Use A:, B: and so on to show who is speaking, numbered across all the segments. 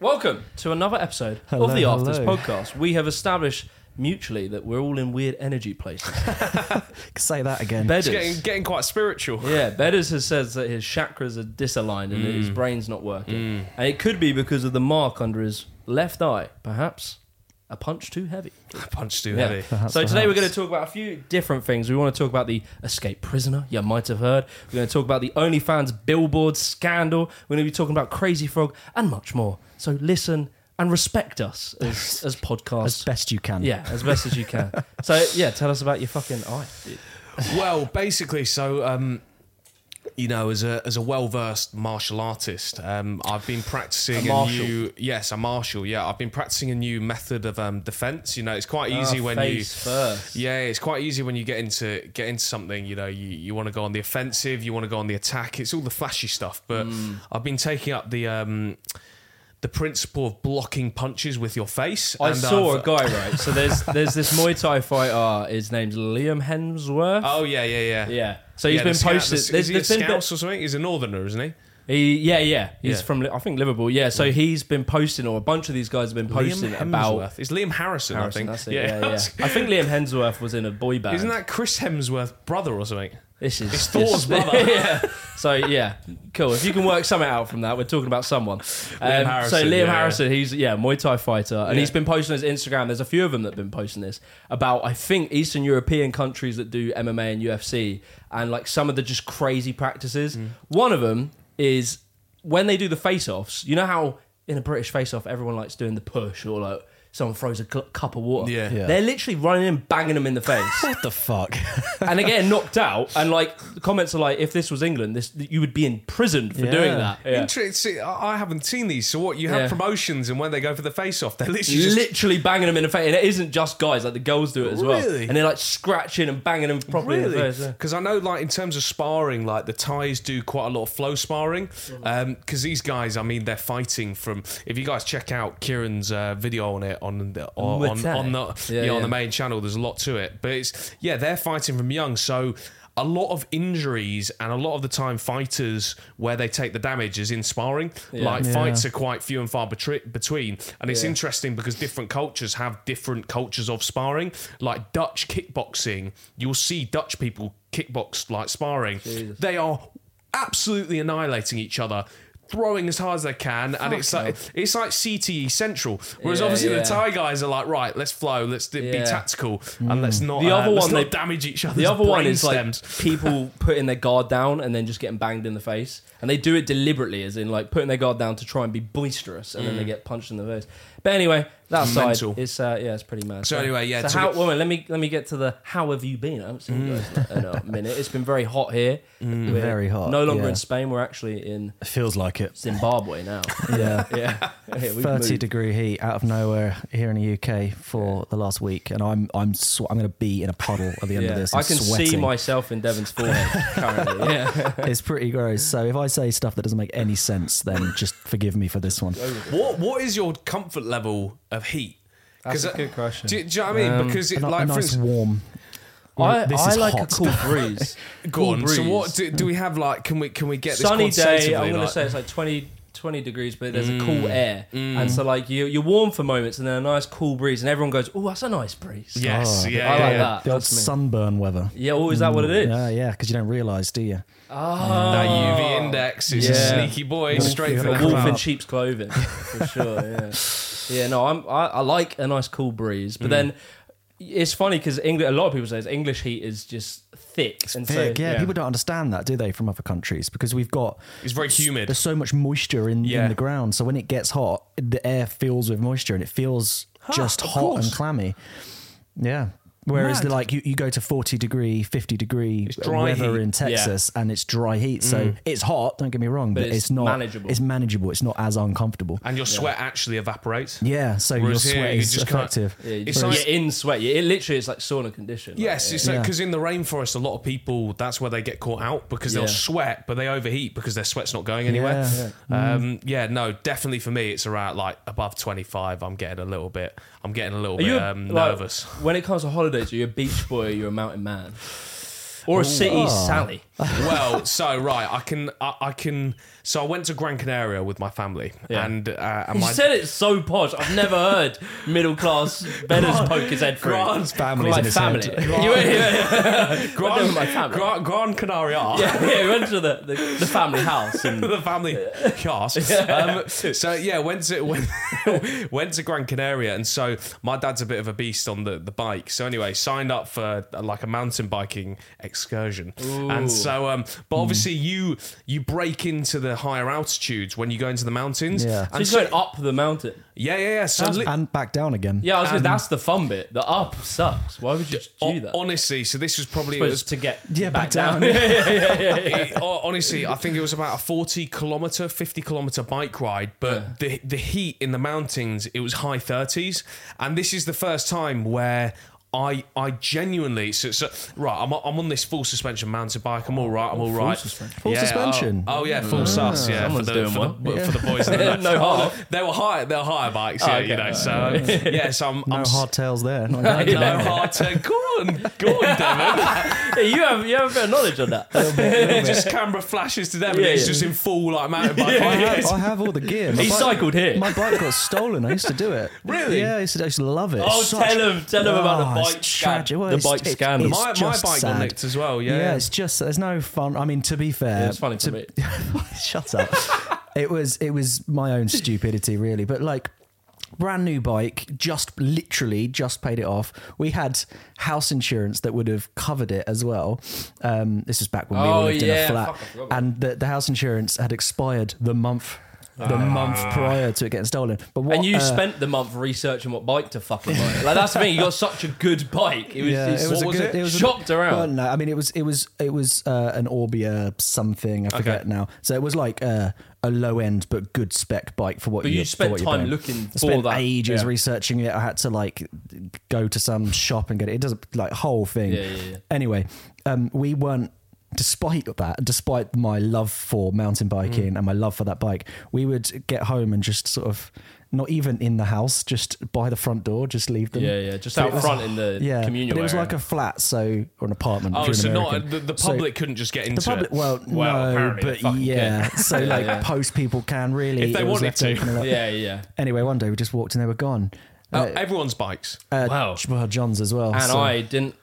A: Welcome to another episode
B: Hello,
A: of the Afters
B: hello.
A: podcast. We have established mutually that we're all in weird energy places.
B: Say that again.
C: It's getting,
A: Bedders.
C: getting quite spiritual.
A: Yeah, Bedders has said that his chakras are disaligned and that his brain's not working. And it could be because of the mark under his left eye, perhaps a punch too heavy.
C: Punch too
A: Yeah.
C: heavy.
A: so today we're going to talk about a few different things. We want to talk about the escape prisoner. You might have heard. We're going to talk about the OnlyFans billboard scandal. We're going to be talking about Crazy Frog and much more. So listen and respect us as, as podcasts.
B: as best you can.
A: yeah, as best as you can. So yeah, tell us about your fucking eye. dude.
C: well, basically, so um, you know, as a as a well versed martial artist, um, I've been practicing
A: A
C: a,
A: martial.
C: new yes, a martial. Yeah, I've been practicing a new method of um, defense. You know, it's quite easy
A: Ah,
C: when you
A: face first.
C: Yeah, it's quite easy when you get into get into something. You know, you, you want to go on the offensive, you want to go on the attack. It's all the flashy stuff. But
A: Mm.
C: I've been taking up the um, the principle of blocking punches with your face.
A: I saw
C: I've-
A: a guy right. So there's there's this Muay Thai fighter. His name's Liam Hemsworth.
C: Oh yeah, yeah, yeah,
A: Yeah. So he's
C: Yeah,
A: been
C: the scout-
A: posted.
C: the-
A: there's-
C: is he a
A: there's been a bit-
C: Scouse or something? He's a northerner, isn't he?
A: He, yeah, yeah. He's
C: Yeah.
A: from, Li- I think, Liverpool. Yeah. So he's been posting, or a bunch of these guys have been posting about.
C: It's Liam Harrison,
A: Harrison,
C: I
A: that's
C: think.
A: it. Yeah, yeah. I think Liam Hemsworth was in a boy band.
C: Isn't that Chris Hemsworth's brother or something?
A: This is
C: It's Thor's brother.
A: yeah. So yeah, cool. If you can work something out from that, we're talking about someone. Um, so
C: Harrison,
A: Liam
C: yeah.
A: Harrison, he's yeah Muay Thai fighter, and
C: Yeah.
A: he's been posting on his Instagram. There's a few of them that've been posting this about I think Eastern European countries that do MMA and UFC, and like some of the just crazy practices.
C: Mm.
A: One of them is when they do the face-offs. You know how in a British face-off, everyone likes doing the push or like. Someone throws a cl- cup of water.
C: Yeah. Yeah.
A: They're literally running in, banging them in the face
B: What the fuck?
A: and again knocked out and like the comments are like if this was england this you would be imprisoned for
B: Yeah.
A: doing that Yeah.
C: Interesting. See, I I haven't seen these. So what? You have
A: Yeah.
C: promotions, and when they go for the face-off, they're literally just
A: literally banging them in the face and it isn't just guys like the girls do it as well
C: Really?
A: and they're like scratching and banging them properly in the face yeah.
C: Because I know, like in terms of sparring, like the Thais do quite a lot of flow sparring. Because
A: Mm-hmm.
C: these guys, I mean, they're fighting from. If you guys check out Kieran's uh, video on it on the or,
A: Muay
C: on,
A: Thai.
C: on the
A: Yeah,
C: yeah, on
A: yeah.
C: the main channel, there's a lot to it. But it's yeah, they're fighting from young, so. A lot of injuries and a lot of the time fighters where they take the damage is in sparring. Like
B: Yeah.
C: fights are quite few and far betri- between, and it's
A: Yeah.
C: interesting because different cultures have different cultures of sparring. Like Dutch kickboxing, you'll see Dutch people kickbox like sparring. They are absolutely annihilating each other. Throwing as hard as they can, and it's like it's like CTE Central. Whereas
A: Yeah,
C: obviously
A: yeah.
C: the Thai guys are like, right, let's flow, let's d- be
A: Yeah. Mm.
C: tactical, and let's not
A: The
C: uh,
A: other
C: let's
A: one they-
C: not damage each other.
A: the other one is like people putting their guard down and then just getting banged in the face and they do it deliberately as in like putting their guard down to try and be boisterous and then they get punched in the face but anyway that aside
C: Mental.
A: it's uh, yeah it's pretty mad
C: So anyway, yeah,
A: so
C: to
A: how
C: get-
A: woman let me let me get to the how have you been I haven't seen you guys in a minute it's been very hot here We're
B: Very hot,
A: no longer
B: yeah.
A: in Spain we're actually in
B: It feels like it.
A: Zimbabwe now
B: Yeah.
A: yeah, yeah we've
B: 30
A: moved.
B: degree heat out of nowhere here in the UK for the last week, and I'm I'm sw- I'm going to be in a puddle at the end
A: yeah.
B: of this.
A: I
B: and
A: can
B: sweating.
A: see myself in Devon's forehead currently yeah
B: It's pretty gross. So if I say stuff that doesn't make any sense, then just forgive me for this one.
C: What what is your comfort level of heat? 'Cause
A: That's a
C: I-
A: good question.
C: Do, you- do you know what I mean?
A: Um,
C: because
B: A,
C: it,
B: ni- a
C: like, for
B: nice
C: instance,
B: warm.
A: I,
B: this
A: I
B: is
A: like
B: hot.
A: a cool breeze
C: go
A: Cool
C: on. So
A: breeze.
C: what do, do we have? Like, can we can we get this
A: sunny day.
C: quantitatively,
A: I'm gonna
C: like-
A: say it's like 20, 20 degrees, but there's a cool air, and so like you you're warm for moments, and then a nice cool breeze, and everyone goes, "Oh, that's a nice breeze."
C: Yes,
B: Oh,
C: yeah,
A: I
C: yeah,
A: like
C: yeah.
A: that.
B: The old
A: That's me.
B: sunburn weather. Mm,
A: Yeah. Oh, is that what it is?
B: Yeah, yeah, because you don't realise, do you?
A: Oh.
C: Mm, That UV index is
A: Yeah.
C: a sneaky boy, straight
B: yeah.
C: for the
A: A wolf in
C: cloud.
A: sheep's clothing, for sure. Yeah, yeah. No, I'm, I, I like a nice cool breeze, but then it's funny because England. A lot of people say it's English heat is just thick, and
B: Thick,
A: so
B: yeah, people don't understand that, do they, from other countries? Because we've got
C: It's very humid.
B: there's so much moisture in,
C: Yeah.
B: in the ground. So when it gets hot, the air fills with moisture and it feels just
C: of
B: hot
C: course.
B: and clammy. Yeah. Whereas the,
C: Mad.
B: like you, you go to 40 degree, 50 degree
C: dry
B: weather
C: heat. Mm.
B: in Texas and it's dry heat. So it's hot, don't get me wrong, but,
A: it's
B: it's, not
A: manageable.
B: It's manageable. It's not as uncomfortable.
C: and your sweat actually evaporates.
B: Yeah, so your
C: Whereas here,
B: sweat
C: you
B: is
C: just can't-
B: effective.
A: Yeah, you
C: It's
A: just-
C: like-
A: you're in sweat. you it literally it's like sauna condition. like,
C: Yes,
A: yeah.
C: it's because in the rainforest, a lot of people that's where they get caught out because
A: Yeah.
C: they'll sweat, but they overheat because their sweat's not going anywhere.
B: Yeah,
A: Mm.
C: Yeah. Um, yeah, no, definitely for me, it's around like above twenty five. I'm getting a little bit, I'm getting a little
A: Are
C: bit
A: you a-
C: um,
A: like,
C: nervous.
A: When it comes to holidays, are you a beach boy or you're a mountain man? or a city
B: Ah.
A: Sally.
C: well, so right, I can, I, I can. So I went to Gran Canaria with my family,
A: Yeah.
C: and uh, and
A: You
C: my
A: said it's so posh. I've never heard middle class Benners poke his head through.
C: Grant's
B: family's
A: my
B: in his
A: family.
B: head.
A: You were- yeah,
C: Gran,
A: my family.
C: Gran, Gran Canaria.
A: yeah, yeah, we went to the, the, the family house and
C: the family cast. Um, so yeah, went to went, went to Gran Canaria, and so my dad's a bit of a beast on the, the bike. So anyway, signed up for uh, like a mountain biking excursion, and so um, but obviously you you break into the higher altitudes when you go into the mountains,
B: Yeah.
A: so
C: and
A: he's
C: so,
A: going up the mountain.
C: yeah, yeah, yeah. So li-
B: and back down again.
A: Yeah, I was gonna- that's the fun bit. The up sucks. Why would you just do that?
C: honestly, so this was probably it
A: But
C: was
A: it's to get
B: Yeah,
A: back,
B: back
A: down.
B: down.
C: It- ho- honestly, I think it was about a 40 kilometer, 50 kilometer bike ride, but the the heat in the mountains, it was high 30s, and this is the first time where I I genuinely so, so right, I'm, I'm on this full suspension mountain bike. I'm all right. I'm all right.
A: suspension.
B: Full Ah, suspension?
C: Oh, oh, yeah, full sus. Yeah,
A: Someone's
C: for the,
A: doing
C: for,
A: well.
C: the, for the boys. in the night.
A: No harm.
C: They were higher. They were higher bikes. Yeah,
A: okay.
C: you know. So um, yeah, so I'm,
B: No
C: I'm s-
B: hardtails there. Not like that.
C: No hard to go on, go on, Devon.
A: Yeah, you have you have a bit of knowledge on that.
C: It just camera flashes to them, and
A: Yeah,
C: it's
A: yeah.
C: just in full like mountain bike.
B: I,
C: yeah,
B: have, I have all the gear. My
A: He
B: bike-
A: cycled here.
B: My bike got stolen. I used to do it.
C: Really?
B: Yeah, I used to, I used to love it.
A: Oh,
B: It's
A: tell him, tell him about the
B: Oh, it's
A: bike scan.
B: tragic. Well,
A: The
B: it's-
A: bike
B: it's-
A: scan.
B: it's
A: My-
C: my, my
B: just
C: bike got
B: sad.
C: nicked as well. Yeah,
B: Yeah, it's just there's no fun. I mean, to be fair,
A: It's funny to me.
B: shut up. it was it was my own stupidity really, but like brand new bike, just literally just paid it off. We had house insurance that would have covered it as well. Um, this was back when we
A: Oh,
B: all lived
A: yeah, fuck, I
B: in a
A: forgot
B: flat,
A: about
B: and the, the house insurance had expired the month. The month prior to it getting stolen, but what,
A: Ah. And you
B: uh,
A: spent the month researching what bike to fucking buy. Like that's the thing. You got such a good bike. It was,
B: yeah,
A: it's-
B: it
A: what
B: was a
A: was
B: good.
A: it?
B: was a-
A: shopped around.
B: Well, no, I mean it was it was it was uh, an Orbia something. I forget now. So it was like uh, a low end but good spec bike for what.
A: But
B: you
A: you spent
B: for what you're
A: time
B: paying.
A: looking
B: I spent
A: for that.
B: ages
A: Yeah.
B: researching it. I had to like go to some shop and get it. It does like whole thing.
A: Yeah, yeah, yeah.
B: Anyway, um, we weren't. Despite that, despite my love for mountain
A: Mm.
B: biking and my love for that bike, we would get home and just sort of not even in the house, just by the front door, just leave them.
A: yeah, yeah. Just
B: But
A: out
B: it was-
A: front in the
B: yeah,
A: communal
B: but it was
A: area.
B: like a flat, so or an apartment. if
C: Oh,
B: you're
C: so
B: an
C: not
B: American.
C: the, the
B: So-
C: public couldn't just get into
B: the public.
C: it.
B: Well,
C: Well,
B: no,
C: apparently they
B: but
C: fucking
B: yeah. So like
A: yeah.
B: post people can really
C: If
B: it
C: they
B: was
C: wanted
B: left
C: to.
B: open a lot.
A: yeah, yeah.
B: Anyway, one day we just walked and they were gone.
C: Oh, everyone's bikes.
B: Uh,
A: Wow.
B: well, John's as well.
A: And
B: so-
A: I didn't.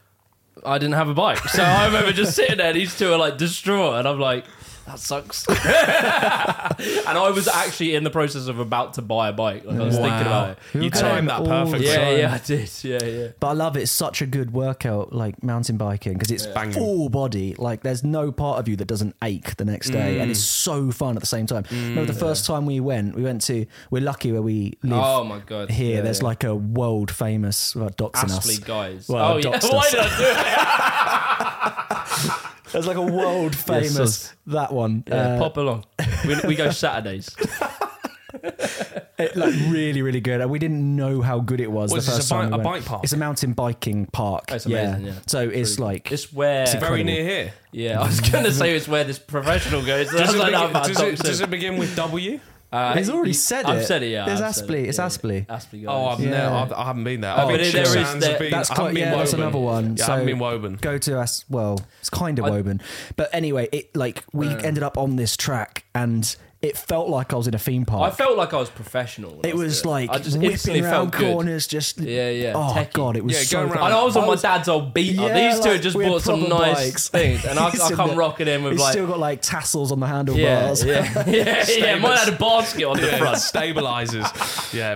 A: I didn't have a bike, so I remember just sitting there. and These two are like distraught, and I'm like, "That sucks." and I was actually in the process of about to buy a bike. Like I was thinking about it.
B: We were
C: You
B: going
C: timed that
B: all the
C: perfectly.
A: Yeah,
B: time.
A: yeah, I did. Yeah, yeah.
B: But I love it. It's such a good workout, like mountain biking, because it's
C: Banging.
B: full body. Like there's no part of you that doesn't ache the next day, and it's
C: Mm.
B: so fun at the same time. Remember the first time we went, we went to. We're lucky where we live.
A: Oh my God.
B: Here,
A: Yeah,
B: there's
A: yeah.
B: like a world famous well, doxing
A: Astley
B: us.
A: guys.
B: Well,
A: oh yeah.
B: doxed
A: Why
B: us.
A: did I do it?
B: There's like a world famous
A: us.
B: that one.
A: Yeah,
B: Uh,
A: pop along. We, we go Saturdays.
B: It, like really, really good. And We didn't know how good it was
C: What is
B: the
C: this,
B: first
C: a bi-
B: time. we
C: a
B: went.
C: bike park?
B: It's a mountain biking park.
A: That's amazing, yeah.
B: So it's like
A: It's where.
C: Very near here.
A: yeah, I was gonna say it's where this professional goes. That's
C: Does it,
A: like
C: begin,
A: that about
C: does, it,
A: Thompson.
C: does it begin with W?
A: Uh,
B: He's already
A: you-
B: said
A: I've
B: it.
A: said it. Yeah,
B: There's
A: I've said
B: Aspley,
A: it,
B: it's
A: yeah.
B: Aspley.
A: Aspley guys.
C: Oh, I've
B: Yeah.
C: never, I've, I haven't been there.
A: Oh,
C: I've
A: but
C: been
A: there is
C: Chilsands,
A: that-
C: I've been,
B: That's
C: I haven't
B: quite,
C: been
B: yeah, that's
C: Woburn.
B: another one.
C: Yeah, I
B: so
C: haven't been Woburn.
B: Go to us. Well, it's kind of Woburn, but anyway, it like we ended up on this track, and it felt like I was in a theme
A: I
B: park.
A: felt like I was professional. when I
B: it was
A: doing
B: like
A: I just instantly
B: whipping
A: felt
B: around
A: good.
B: corners, just
A: Yeah, yeah,
B: Oh
A: techie.
B: god, it was
C: Yeah,
B: so
C: going
B: fun.
A: And I was on
B: I
A: my
B: was-
A: dad's old beater.
B: Yeah,
A: These two
B: like,
A: had just
B: we had
A: bought some
B: proper
A: nice
B: bikes.
A: things, and I, I
B: He's in
A: come
B: the-
A: rocking in with
B: It's
A: like
B: still got like tassels on the
A: yeah,
B: handlebars.
A: yeah, yeah, yeah. Mine had a basket on the
C: Yeah,
A: front.
C: stabilizers. Yeah,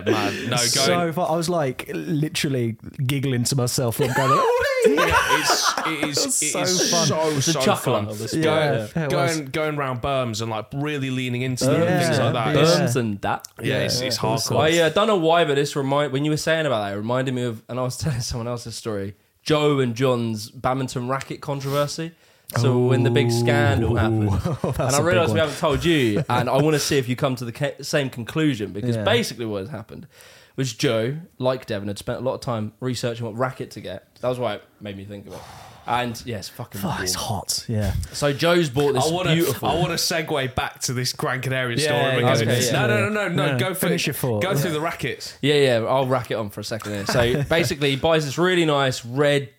C: man. No, going.
B: so far, I was like literally giggling to myself. when I'm going, "Oh, hey."
C: Yeah, it's, it is, it is
B: so
C: so
B: fun.
C: so,
A: It's a chuckler
C: fun.
A: of the sport.
B: Yeah, yeah, it was.
C: Going, going round berms and like really leaning into them and
B: Yeah.
C: things like that.
B: Yeah.
C: It's-
A: Berms and that.
C: Yeah, it's, it's hardcore.
A: I uh, don't know why, but this remind when you were saying about that, it reminded me of, and I was telling someone else's story, Joe and John's badminton racket controversy. So when the big scandal happened, and
B: that's
A: I
B: a big
A: realised we
B: one.
A: haven't told you, and I want to see if you come to the ca- same conclusion because
B: Yeah.
A: basically what had happened was Joe, like Devon, had spent a lot of time researching what racket to get. That was why it made me think of it. And yes, fucking.
B: Fuck,
A: warm.
B: Oh, it's hot. Yeah.
A: So Joe's bought this
C: I want to.
A: beautiful.
C: I want to segue back to this Gran Canaria
B: yeah,
C: story. because
A: okay, yeah.
C: no, no, no, no, no,
B: No,
C: Go for,
B: finish your thought.
C: Go
B: Yeah.
C: through the rackets.
A: Yeah, yeah. I'll rack it on for a second here. So basically, he buys this really nice red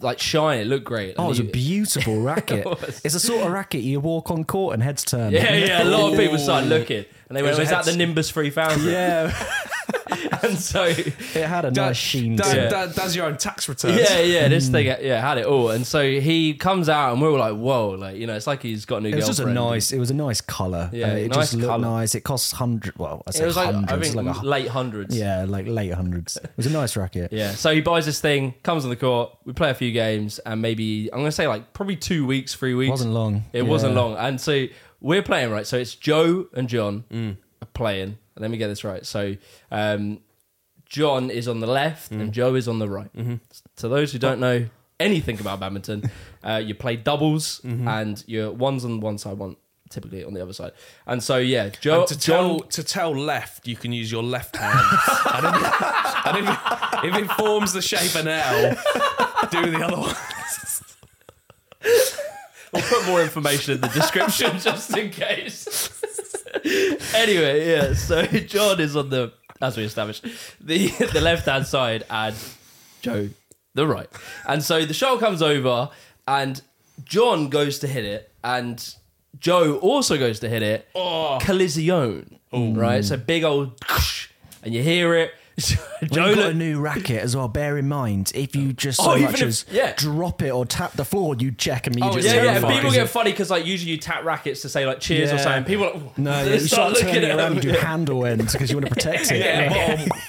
A: like shine. It looked great.
B: Oh,
A: And
B: it's a
A: you-
B: beautiful racket.
A: was.
B: it's a sort of racket you walk on court and heads turn.
A: yeah, yeah. A lot of people started looking, and they went,
C: It
A: "Is that
C: had-
A: the Nimbus 3000?"
B: yeah.
A: and so,
B: It had a
C: Da-
B: nice sheen.
C: da-
B: to
A: Yeah.
B: it.
C: da- does your own tax returns.
A: yeah, yeah. This thing,
B: mm.
A: yeah, had it all. And so he comes out, and we were like, "Whoa!" Like you know, it's like he's got a new.
B: It was just a
A: girlfriend.
B: nice. It was a nice color.
A: Yeah,
B: it
A: nice
B: just looked
A: colour.
B: nice. It costs hundred. Well, I
A: It
B: say
A: was like
B: hundreds.
A: I think
B: like a, hu-
A: late hundreds.
B: yeah, like late hundreds. It was a nice racket.
A: Yeah. So he buys this thing, comes on the court, we play a few games, and maybe I'm gonna say like probably two weeks, three weeks.
B: Wasn't long.
A: It wasn't
B: Yeah.
A: long. And so we're playing right. So it's Joe and John
C: Mm.
A: are playing. Let me get this right. So um, John is on the left
C: Mm.
A: and Joe is on the right.
C: Mm-hmm.
A: To those who don't know anything about badminton, uh, you play doubles
C: Mm-hmm.
A: and you're one's on one side, one typically on the other side. And so yeah, Joe
C: And to tell to tell left, you can use your left hand. and if, and if, if it forms the shape of an L, do the other one.
A: I'll put more information in the description just in case. anyway, yeah. So John is on the, as we established, the the left hand side, and Joe the right. And so the shot comes over, and John goes to hit it, and Joe also goes to hit it.
C: Oh.
A: Collision, right? So big old, and you hear it. Joe
B: We've got a
A: look-
B: new racket as well. Bear in mind, if you just so
A: Oh, even
B: much
A: if-
B: as
A: yeah.
B: drop it or tap the floor, you check and you
C: Oh,
B: just
A: yeah, yeah. and
B: terrified.
A: People get funny because like usually you tap rackets to say like cheers or
B: Yeah.
A: something. People are like,
B: No,
A: they
B: yeah, you
A: start,
B: start
A: looking
B: turning
A: at
B: around,
A: them.
B: you do handle ends because you want to protect it.
C: Yeah. um,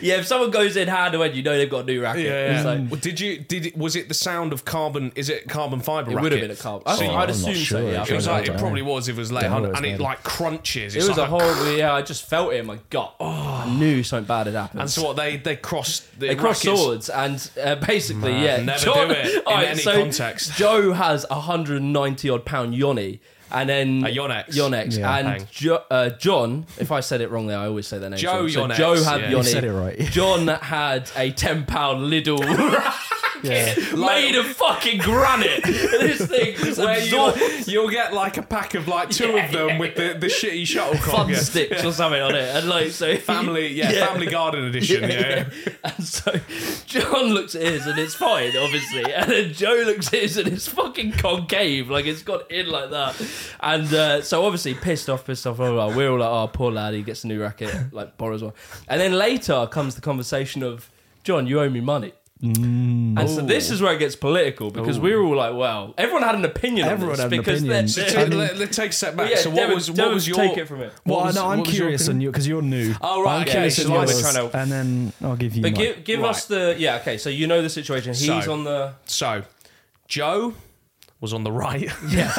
A: Yeah, if someone goes in hand to hand, you know they've got a new racket.
C: Yeah. Mm.
A: It's like,
C: well, did you did it, was it the sound of carbon? Is it carbon fiber?
A: it would have been a carbon. I
C: So
A: think
C: you-
A: I'd
B: I'm not
A: assume so.
B: sure,
A: Yeah, I
B: it
C: it
A: think
C: was
A: so.
C: like it
B: Dunno.
C: probably was. It was late
B: Dunno,
C: hundred,
B: it's
C: and it
B: made.
C: like crunches.
A: it
C: It's
A: was a
C: like
A: horrible. Yeah, I just felt it in my gut. Oh, I knew something bad had happened.
C: And so what they they crossed the
A: they cross
C: rackets.
A: swords and uh, basically, yeah,
C: never do it in
A: Alright,
C: any
A: so
C: context.
A: Joe has a hundred and ninety odd pound yoni, and then
C: A yonex.
A: yonex,
B: Yeah.
A: and
C: Hang.
A: jo- uh, John. If I said it wrongly, I always say their name.
C: Joe
A: wrong. so
C: yonex,
A: Joe had
C: yeah.
A: yoni.
C: You
B: said it right.
A: John had a ten pound Lidl.
B: Yeah.
A: Made of fucking granite. this thing was
C: Where you'll,
A: absorbed.
C: you'll get like a pack of like two
A: Yeah,
C: of them
A: yeah,
C: with the, the shitty shuttlecock.
A: fun
C: yeah.
A: sticks or something on it, and like so
C: Family, yeah, family garden edition. Yeah, yeah.
A: And so John looks at his and it's fine, obviously, and then Joe looks at his and it's fucking concave, like it's got in like that. And uh, so obviously pissed off, pissed off. Blah, blah, blah. We're all like, oh, poor lad, he gets a new racket, like borrows one. And then later comes the conversation of John, you owe me money.
C: Mm.
A: And so this is where it gets political because we were all like, well, everyone had an opinion.
B: Everyone
A: on
B: had
A: this
B: an
A: because they're-
B: opinion.
C: So
A: they're-
B: I mean-
C: let, us take a step back.
A: yeah,
C: so what
A: Devin-
C: was what
A: Devin,
C: was your
A: take it from it.
B: Well,
C: was-
B: no, I'm
C: what was your
B: curious on you because you're new.
C: Oh, right,
B: I'm
C: okay,
B: curious
A: so
B: on
A: I've been
B: yours,
A: trying to-
B: and then I'll give you.
A: But
B: mine.
A: give, give us the yeah okay so you know the situation he's
C: So-
A: on the
C: So Joe was on the right.
A: yeah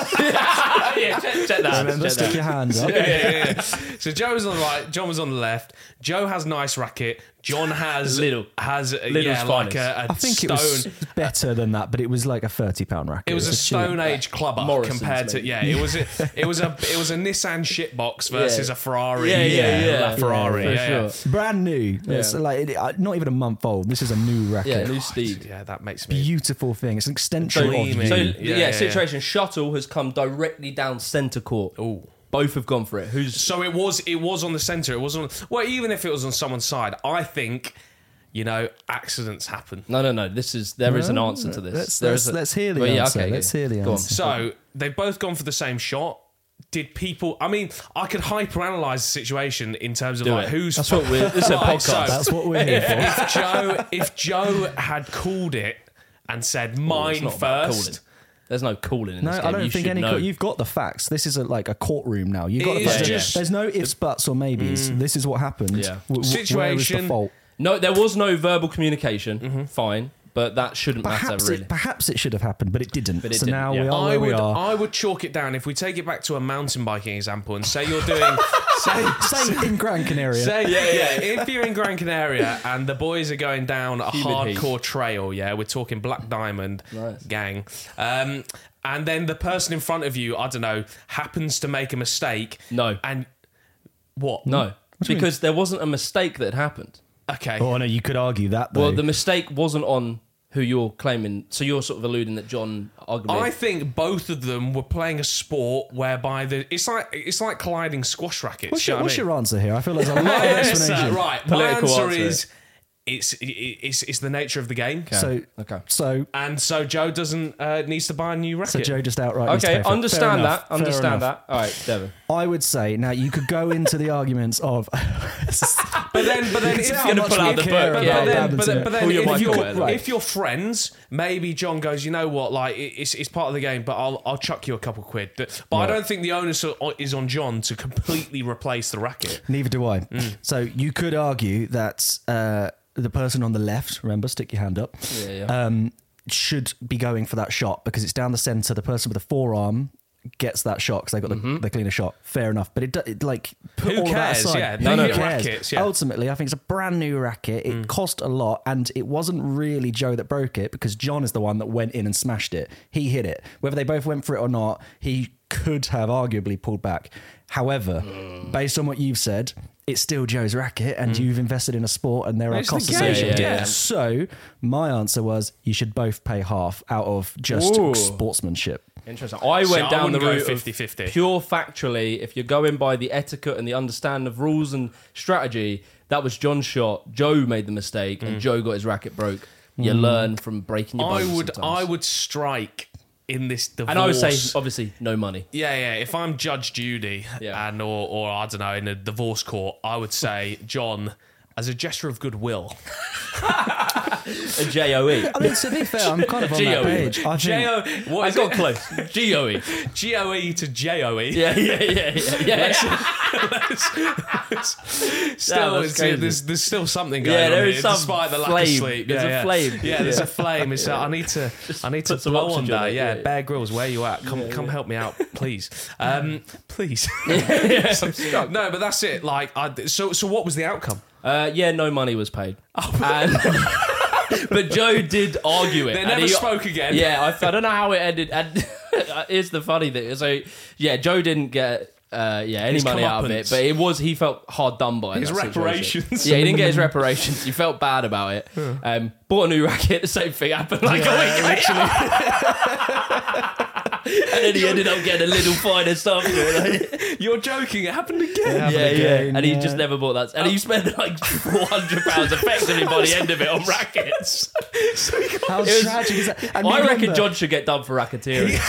A: check, check that,
B: Remember,
A: check
B: stick
A: that.
B: your hand up.
C: yeah, yeah, yeah. So Joe was on the right, John was on the left. Joe has nice racket. John has
A: Little.
C: has a,
A: Little's
C: yeah, like
A: finest.
C: a, a
B: I think it
C: stone.
B: was better than that, but it was like a thirty pound racket.
C: It was a
B: cheap-
C: Stone Age clubber
A: Morrison's,
C: compared to
A: maybe.
C: yeah. It was a, it was a it was a Nissan shitbox versus a Ferrari.
A: Yeah, yeah, yeah.
C: La Ferrari.
A: For
C: yeah, yeah.
A: sure.
B: brand new. It's like it, uh, not even a month old. This is a new racket.
A: yeah new steed
C: Yeah, that makes me.
B: Beautiful thing. It's an
A: so,
B: extension
A: so
B: of
C: Dreaming.
B: you.
A: yeah,
C: Yeah, yeah,
A: situation shuttle has come directly down centre court
C: Ooh.
A: both have gone for it who's
C: So it was it was on the centre. It was on. Well, even if it was on someone's side, I think you know accidents happen.
A: no no no this is there is an
B: No,
A: answer to this
B: let's-
A: There
B: let's-
A: is a-
B: let's hear the
A: Well,
B: answer. Let's hear the
A: Go on.
B: answer.
C: So they've both gone for the same shot. Did people? I mean, I could hyperanalyze the situation in terms of
A: Do
C: like
A: it.
C: who's.
A: That's what we're- this is a
C: Right,
A: podcast.
B: That's what we're here for.
C: if Joe if Joe had called it and
A: Oh,
C: said
A: It's
C: mine
A: not about
C: first,
A: calling. there's no calling in
B: No,
A: this game
B: I don't
A: you
B: think
A: should
B: any.
A: know.
B: You've got the facts. This is a, like a courtroom now. You've got
C: It
B: the
C: is
B: facts.
C: just-
B: There's no ifs, buts, or maybes. This is what happened.
A: Mm. Yeah.
B: W- w- Where was the
C: Situation.
B: fault?
A: no there was no verbal communication fine but that shouldn't
B: Mm-hmm. Perhaps
A: matter really
B: it, perhaps it should have happened, but it didn't.
A: it
B: so
A: didn't,
B: now
A: yeah.
B: we are
C: I
B: where
C: would
B: we are.
C: I would chalk it down if we take it back to a mountain biking example and say you're doing say
B: Say in Gran Canaria.
C: Say, yeah, If you're in Gran Canaria and the boys are going down a
A: Humid heat.
C: hardcore trail, yeah, we're talking Black Diamond
A: Nice.
C: gang. Um, and then the person in front of you, I don't know, happens to make a mistake.
A: No.
C: And what?
A: no because there wasn't a mistake that had happened
C: Okay.
B: oh no, you could argue that. Though.
A: Well, the mistake wasn't on who you're claiming. So you're sort of alluding that John arguably.
C: I think both of them were playing a sport whereby the it's like it's like colliding squash rackets.
B: what's
C: you
B: your,
C: know what
B: what's
C: I mean?
B: your answer here? I feel like there's a lot of
C: Yes, sir,
B: explanation.
C: right. My
A: Political
C: answer
A: answer.
C: is it's it- it's it's the nature of the game.
B: So
A: Okay.
B: So
C: And so Joe doesn't uh, needs to buy a new racket.
B: so Joe just outright. needs to pay
A: Okay,
B: for it. Fair
A: understand
B: enough,
A: that.
B: fair enough.
A: Understand that. All right, Devin.
B: I would say now you could go into the arguments of
C: But then, but
B: You
C: then,
B: can
C: if
B: see how
C: you're gonna
B: much
C: pull
B: we
C: out the
B: care
C: book, but,
A: about
C: then,
B: Robinson.
C: but then, but then
A: Who you
C: if,
A: might
C: you're,
A: call it,
B: right.
C: if you're friends, maybe John goes, you know what, like it- it's, it's part of the game, but I'll I'll chuck you a couple quid. But I don't think the onus o- is on John to completely replace the racket.
B: Neither do I.
C: Mm.
B: So you could argue that uh, the person on the left, remember, stick your hand up,
A: Yeah, yeah.
B: Um, should be going for that shot because it's down the center. The person with the forearm gets that shot because they got the, the cleaner shot. Fair enough, but it, do- it like put
C: Mm-hmm. Who
B: all of that
C: cares?
B: aside.
C: Yeah,
B: who
C: no, no.
B: cares? Oh,
C: Rackets, yeah.
B: Ultimately, I think it's a brand new racket.
A: Mm.
B: It cost a lot, and it wasn't really Joe that broke it because John is the one that went in and smashed it. He hit it. Whether they both went for it or not, he could have arguably pulled back. However,
A: Uh.
B: based on what you've said, it's still Joe's racket,
A: Mm.
B: and you've invested in a sport, and there
C: It's
B: are
C: the
B: costs
C: game,
B: associated. with it.
A: yeah.
B: So my answer was you should both pay half out of just
A: Ooh.
B: sportsmanship.
A: Interesting. I went
C: See, I
A: down the
C: wouldn't go
A: route of
C: 50-50.
A: pure factually. If you're going by the etiquette and the understanding of rules and strategy, that was John's shot. Joe made the mistake, and Joe got his racket broke.
B: Mm.
A: You learn from breaking your
C: Mm. I
A: bones
C: would
A: sometimes.
C: I would strike in this divorce.
A: and I would say, oh, obviously, no money.
C: Yeah, yeah. If I'm Judge Judy
A: Yeah.
C: and or or I don't know in a divorce court, I would say John, as a gesture of goodwill,
A: A E. J-O-E.
B: I mean, to be fair, I'm kind of on that
A: G-O-E.
B: page. I think
C: J-O- what
A: I
C: is
A: got
C: it?
A: close. E. G-O-E.
C: G-O-E E to J-O-E.
A: Yeah, yeah, yeah, yeah. yeah.
C: still,
A: that's
C: it's-
A: crazy.
C: there's, there's still something going
A: Yeah,
C: on
A: there
C: here,
A: is some
C: despite the lack
A: flame.
C: of sleep.
A: There's
C: yeah,
A: a
C: yeah.
A: flame.
C: Yeah, there's a flame. It's uh, I need to, I need to
A: put some
C: blow on
A: oxygen
C: that.
A: in,
C: Yeah,
A: yeah, yeah.
C: Bear Grylls, where you at? Come, come help me out, please, um, please. no, but that's it. Like, I, so, so what was the outcome?
A: Uh, yeah, no money was paid.
C: Oh.
A: And- but Joe did argue it.
C: They
A: and
C: never
A: he-
C: spoke again.
A: Yeah, I, I don't know how it ended. And here's the funny thing. So, yeah, Joe didn't get. Uh, yeah, any
C: His
A: money out of it,
C: comeuppance.
A: but it was he felt hard done by in
C: His
A: that situation.
C: reparations.
A: Yeah, he didn't get his reparations. He felt bad about it. Um, bought a new racket. The same thing happened like a week later, and then he ended up getting a little fine and stuff.
C: You're joking. It happened again.
A: Yeah,
B: again,
A: yeah. And he
B: yeah. Oh.
A: just never bought that. And he spent like four hundred pounds effectively by the end of it on rackets.
B: how
A: was-
B: tragic is that? And
A: I reckon
B: remember-
A: John should get done for racketeering.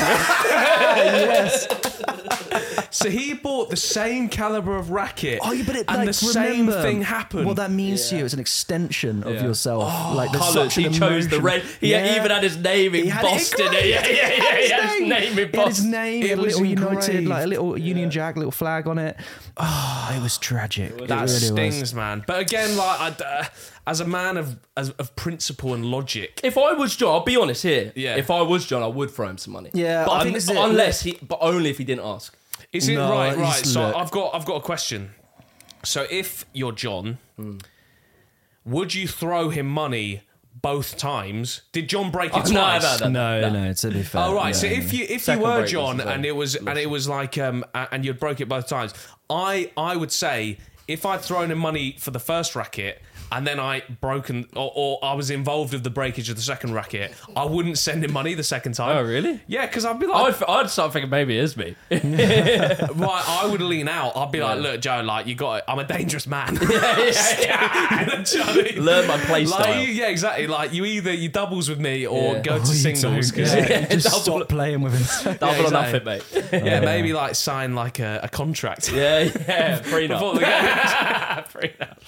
C: So he bought the same caliber of racket.
B: Oh, yeah, but it,
C: and
B: like,
C: the same
B: remember
C: thing happened.
B: What that means to you, it's an extension of
A: Yeah.
B: yourself. like there's
A: Colours.
B: such an
A: He chose the
B: emotion.
A: red. He
B: Yeah.
A: even had his name in
B: He had it
A: Boston. Yeah, yeah, yeah. yeah, He had his name in
B: He had his
A: Boston.
B: name,
C: It
B: a
C: was
B: little United,
C: engraved.
B: like a little Union Jack, little flag on it. Oh, it was tragic. It
C: That
B: really
C: stings,
B: was.
C: man. But again, like I, uh, as a man of as, of principle and logic,
A: If I was John, I'll be honest here.
C: Yeah.
A: If I was John, I would throw him some money.
B: Yeah,
A: but
B: I
A: un-
B: think this is it.
A: unless he, but only if he didn't ask.
C: is it
B: No,
C: right?
B: it's
C: Right. So
B: look.
C: I've got I've got a question. So if you're John, would you throw him money both times? Did John break it
A: Oh,
C: twice?
A: no, no, no.
B: No, no, to be fair.
C: Oh right. So
B: no.
C: if you if
A: Uh, Second
C: you were
A: break
C: John
A: wasn't
C: and
A: there.
C: it was and it was like um a- and you broke it both times, I I would say if I'd thrown in money for the first racket and then I broken or, or I was involved with the breakage of the second racket, I wouldn't send him money the second time.
A: Oh, really?
C: Yeah, because I'd be like,
A: I'd, I'd start thinking maybe it is me.
C: right, I would lean out. I'd be like,
A: Yeah.
C: look, Joe, like you got it. I'm a dangerous man.
A: Learn my play style.
C: Like, you- yeah, exactly. Like you either you doubles with me or
A: Yeah.
C: go to
B: Oh, you
C: singles.
B: don't.
C: 'cause-
B: Yeah,
A: Yeah,
B: just
A: double-
B: stop playing with him.
A: Double or
C: exactly.
A: nothing, mate.
C: yeah, maybe like sign like a, a contract.
A: Yeah, yeah. Free
C: Before
A: nut.
C: the game.
A: Free nut.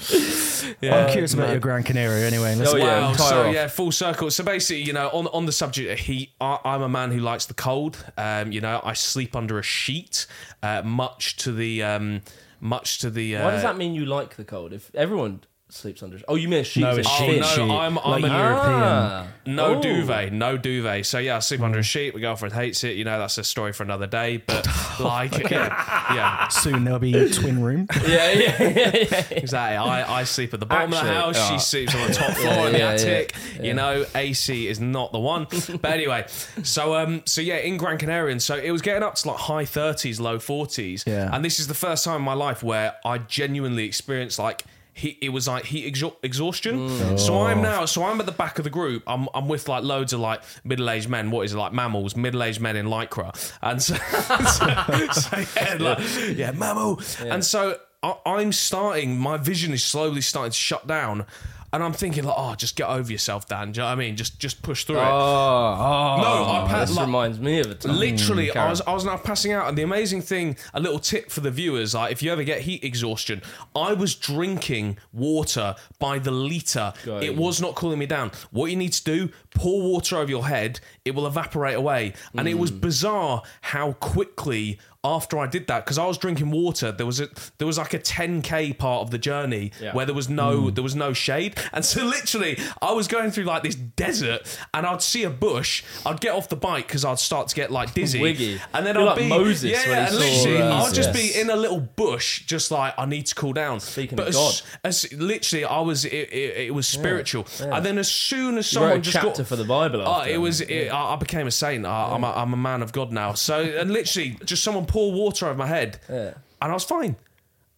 B: I'm curious about your Gran Canaria anyway. Let's
A: Oh, yeah.
C: Wow.
A: entire
C: So
A: off.
C: yeah, full circle. So basically, you know, on on the subject of heat, I, I'm a man who likes the cold. Um, you know, I sleep under a sheet, uh, much to the um, much to the. Uh,
A: Why does that mean you like the cold? If everyone sleeps under, oh, you mean a sheet?
B: No,
A: is
B: it's
A: a
B: sheet.
A: thin
C: no,
B: sheet.
C: I'm- I'm
B: like
C: an-
B: European.
A: Ah.
C: No
A: Ooh. Hmm.
C: duvet, no duvet. So yeah, I sleep under a sheet. My girlfriend hates it. You know, that's a story for another day. But like, yeah, yeah,
B: Soon there'll be twin room.
A: Yeah, yeah, yeah, yeah.
C: exactly. I, I sleep at the bottom of the
A: Actually,
C: house.
A: uh,
C: she sleeps on the top floor in the
A: yeah, yeah,
C: attic. You know, AC is not the one. but anyway, so um, so yeah, in Gran Canarian, so it was getting up to like high thirties, low forties.
B: Yeah.
C: And this is the first time in my life where I genuinely experienced like. He, it was like heat exha- exhaustion.
A: Mm.
C: So
A: Oh.
C: I'm now, so I'm at the back of the group. I'm, I'm with like loads of like middle aged men. What is it like mammals? Middle aged men in lycra, and so, so, so, yeah, like, yeah, mammal. And so I, I'm starting. My vision is slowly starting to shut down. And I'm thinking like, oh, just get over yourself, Dan. Do you know what I mean? Just just push through
A: Oh,
C: it.
A: oh,
C: No, I pa-
A: this
C: like-
A: reminds me of a time.
C: Literally,
A: Carry
C: I
A: on.
C: was I was now passing out, and the amazing thing, a little tip for the viewers, like if you ever get heat exhaustion, I was drinking water by the liter.
A: Go.
C: It was not cooling me down. What you need to do, pour water over your head, it will evaporate away. And it was
A: Mm.
C: bizarre how quickly after I did that, because I was drinking water, there was a there was like a 10k part of the journey
A: Yeah. Mm.
C: where there was no there was no shade, and so literally I was going through like this desert, and I'd see a bush, I'd get off the bike because I'd start to get like dizzy,
A: Wiggy.
C: and then
A: You're
C: I'd
A: like
C: be
A: Moses
C: yeah,
A: when
C: yeah,
A: he
C: and
A: saw,
C: literally
A: uh,
C: I'd just
A: Jesus.
C: be in a little bush, just like I need to cool down.
A: Speaking
C: but
A: of
C: as, as literally I was, it, it, it was spiritual, and then as soon as someone
A: wrote a
C: just
A: chapter
C: got,
A: for the Bible
C: Oh,
A: after
C: it
A: that.
C: was was- it, I I became a saint. I, I'm, a, I'm a man of God now. So and literally, just someone poured water over my head, and I was fine.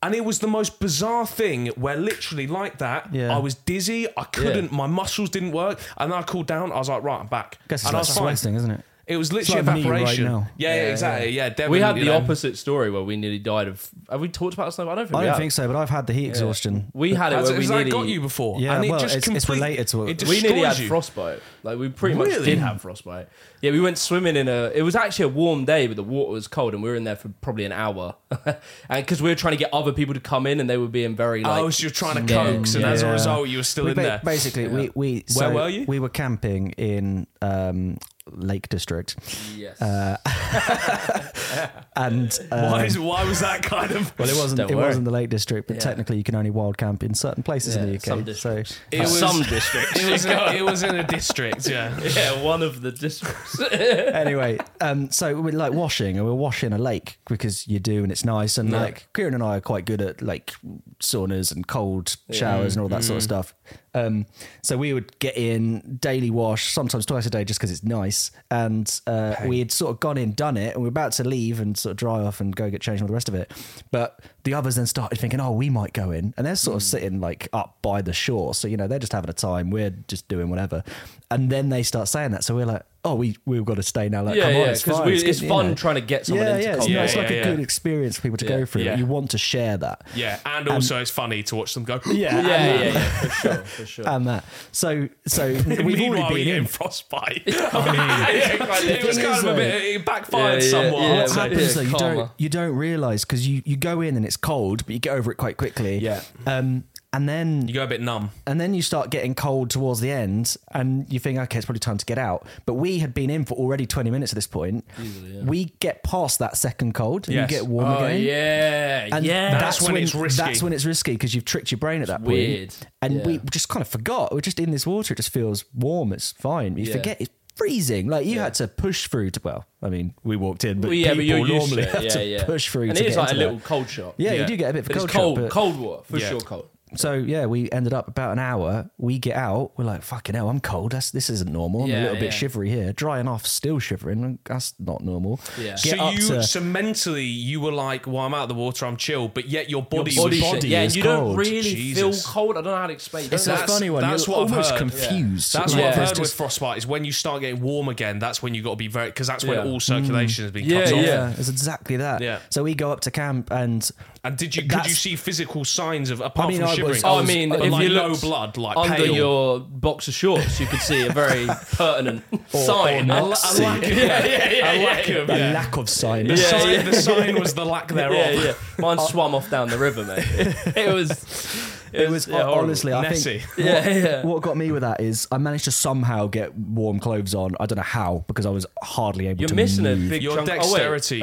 C: And it was the most bizarre thing where literally like that,
B: Yeah.
C: I was dizzy. I couldn't. My muscles didn't work, and then I cooled down. I was like, right, I'm back.
B: Guess it's
C: and
B: like
C: I was fine.
B: Sweat's thing, isn't it?
C: It was literally
B: like me right
C: evaporation.
B: now.
C: Yeah, yeah, exactly. Yeah, Devin,
A: We had the
C: you know.
A: opposite story where we nearly died of. Have we talked about snow? I don't think
B: I
A: we
B: don't
A: have.
B: think so, but I've had the heat exhaustion.
A: We had it
C: Has,
A: where we
C: has that
A: nearly
C: got you before?
B: Yeah,
C: and it
B: well,
C: just
B: it's- it's
C: complete-
B: related to it.
C: it.
A: we nearly
C: destroys
A: had
C: you.
A: frostbite. Like we pretty much
C: Really?
A: did have frostbite. Yeah, we went swimming in a. It was actually a warm day, but the water was cold, and we were in there for probably an hour, and because we were trying to get other people to come in, and they were being very like.
C: oh, so you're trying to
A: Yeah,
C: coax, and as a
B: yeah.
C: result, you were still
B: We
C: in
B: ba-
C: there.
B: Basically, we, we
C: Where
B: so
C: were you?
B: We were camping in um, Lake District,
A: yes.
B: and uh,
C: Why, is, why was that kind of?
B: well, it wasn't
A: Don't
B: Uh, it
A: worry.
B: wasn't the Lake District, but
A: Yeah.
B: technically you can only wild camp in certain places in the
A: Yeah,
B: UK.
A: some
B: so
A: districts.
C: It was-
A: Some districts.
C: It was, in, it was in a district, yeah.
A: yeah, one of the districts.
B: anyway, um, so we like washing, and we're washing a lake because you do, and it's nice. And like Kieran and I are quite good at like saunas and cold showers and all that
A: Mm.
B: sort of stuff. Um, so we would get in daily wash, sometimes twice a day, just because it's nice. And uh, we had sort of gone in, done it, and we were about to leave and sort of dry off and go get changed and all the rest of it. But the others then started thinking, oh, we might go in, and they're
A: Mm.
B: sort of sitting like up by the shore, so you know they're just having a time. We're just doing whatever, and then they start saying that, so we're like. Oh, we we've got to stay now. Like,
A: Yeah,
B: come on,
A: yeah,
B: it's
A: 'cause
B: fine.
A: we-
B: good,
A: it's
B: you
A: fun trying to get someone
B: yeah,
A: into
B: yeah, it's,
A: cold
B: nice,
C: water.
B: like
C: Yeah,
B: a
C: yeah.
B: good experience for people to
A: Yeah.
B: go through.
C: Yeah.
B: You want to share that.
C: Yeah, and also it's funny to watch them go.
B: Yeah,
A: yeah,
B: and
A: yeah,
B: that.
A: yeah, for sure, for sure.
B: And that. So, so we've
C: Meanwhile,
B: already
C: we're
B: been
C: getting
B: in.
C: frostbite. it was kind of a bit. It backfired
A: Yeah, yeah,
C: somewhat.
A: yeah,
C: I would
A: but-
B: What
C: say.
A: maybe
B: happens
A: a
B: though, you
A: calmer.
B: don't you don't realize because you you go in and it's cold, but you get over it quite quickly.
A: Yeah.
B: Um, and then
C: You go a bit numb.
B: and then you start getting cold towards the end, and you think, okay, it's probably time to get out. But we had been in for already twenty minutes at this point. We get past that second cold, and
C: Yes.
B: you get warm
A: oh
B: again.
A: yeah,
B: And
A: yeah.
C: That's when it's risky.
B: That's when it's risky because you've tricked your brain at that point.
A: weird.
B: And
A: Yeah.
B: we just kind of forgot. We're just in this water. It just feels warm. It's fine. You
A: Yeah.
B: forget it's freezing. Like you
A: Yeah.
B: had to push through to. Well, I mean, we walked in, but
A: Well, yeah, but
B: people
A: you're used
B: normally
A: to it.
B: have
A: yeah,
B: to
A: yeah.
B: push through.
A: And
B: to
A: it is
B: get
A: like a
B: into that.
A: little cold shot.
B: Yeah,
C: yeah.
B: you do get a bit of a
A: But it's
B: cold,
A: cold,
B: shot, but-
A: cold water for
C: Yeah.
A: sure. Cold.
B: So yeah, we ended up about an hour. We get out. We're like, fucking hell, I'm cold. That's, this isn't normal. I'm
A: Yeah,
B: a little
A: yeah.
B: bit shivery here, drying off, still shivering. That's not normal.
A: Yeah.
B: Get
C: so
B: up
C: you,
B: to-
C: so mentally, you were like, "Well, I'm out of the water. I'm chill," but yet your body,
B: Your
A: Body
C: was
A: shit.
B: body
A: Yeah, and
B: is
A: you don't
B: cold.
A: really
C: Jesus.
A: feel cold. I don't know how to explain. it.
B: it's
A: Don't
B: a
A: know-
C: that's-
B: funny one.
C: that's
B: You're
C: what I've
B: almost
C: heard.
B: confused.
C: That's
A: Yeah.
C: what I've
B: There's
C: heard
B: just-
C: with frostbite is when you start getting warm again. That's when you got to be very because that's
A: Yeah. Mm.
C: when all circulation has been
A: Yeah,
C: cut off.
A: yeah.
B: Yeah, it's exactly that.
C: Yeah.
B: So we go up to camp and
C: And did you could
B: That's-
C: you see physical signs of apart
B: I mean,
C: from
B: I was-
C: shivering?
A: Oh, I mean,
C: but
A: if
C: like
A: you
C: no
A: looked
C: blood, like
A: under
C: pale.
A: your boxer shorts, you could see a very pertinent sign.
C: A, la- a lack of, yeah, yeah, yeah, a lack of
B: the lack of sign.
C: The,
A: Yeah,
C: sign,
A: yeah.
C: the sign was the lack thereof.
A: yeah, yeah. Mine swam off down the river, mate. It was. It,
B: It was
A: yeah, horrible.
B: honestly, I
C: Nessie.
B: think
A: Yeah, yeah.
B: what got me with that is I managed to somehow get warm clothes on. I don't know how because I was hardly able.
A: You're
B: to
A: missing a
B: move.
A: big
C: Your
A: chunk.
C: dexterity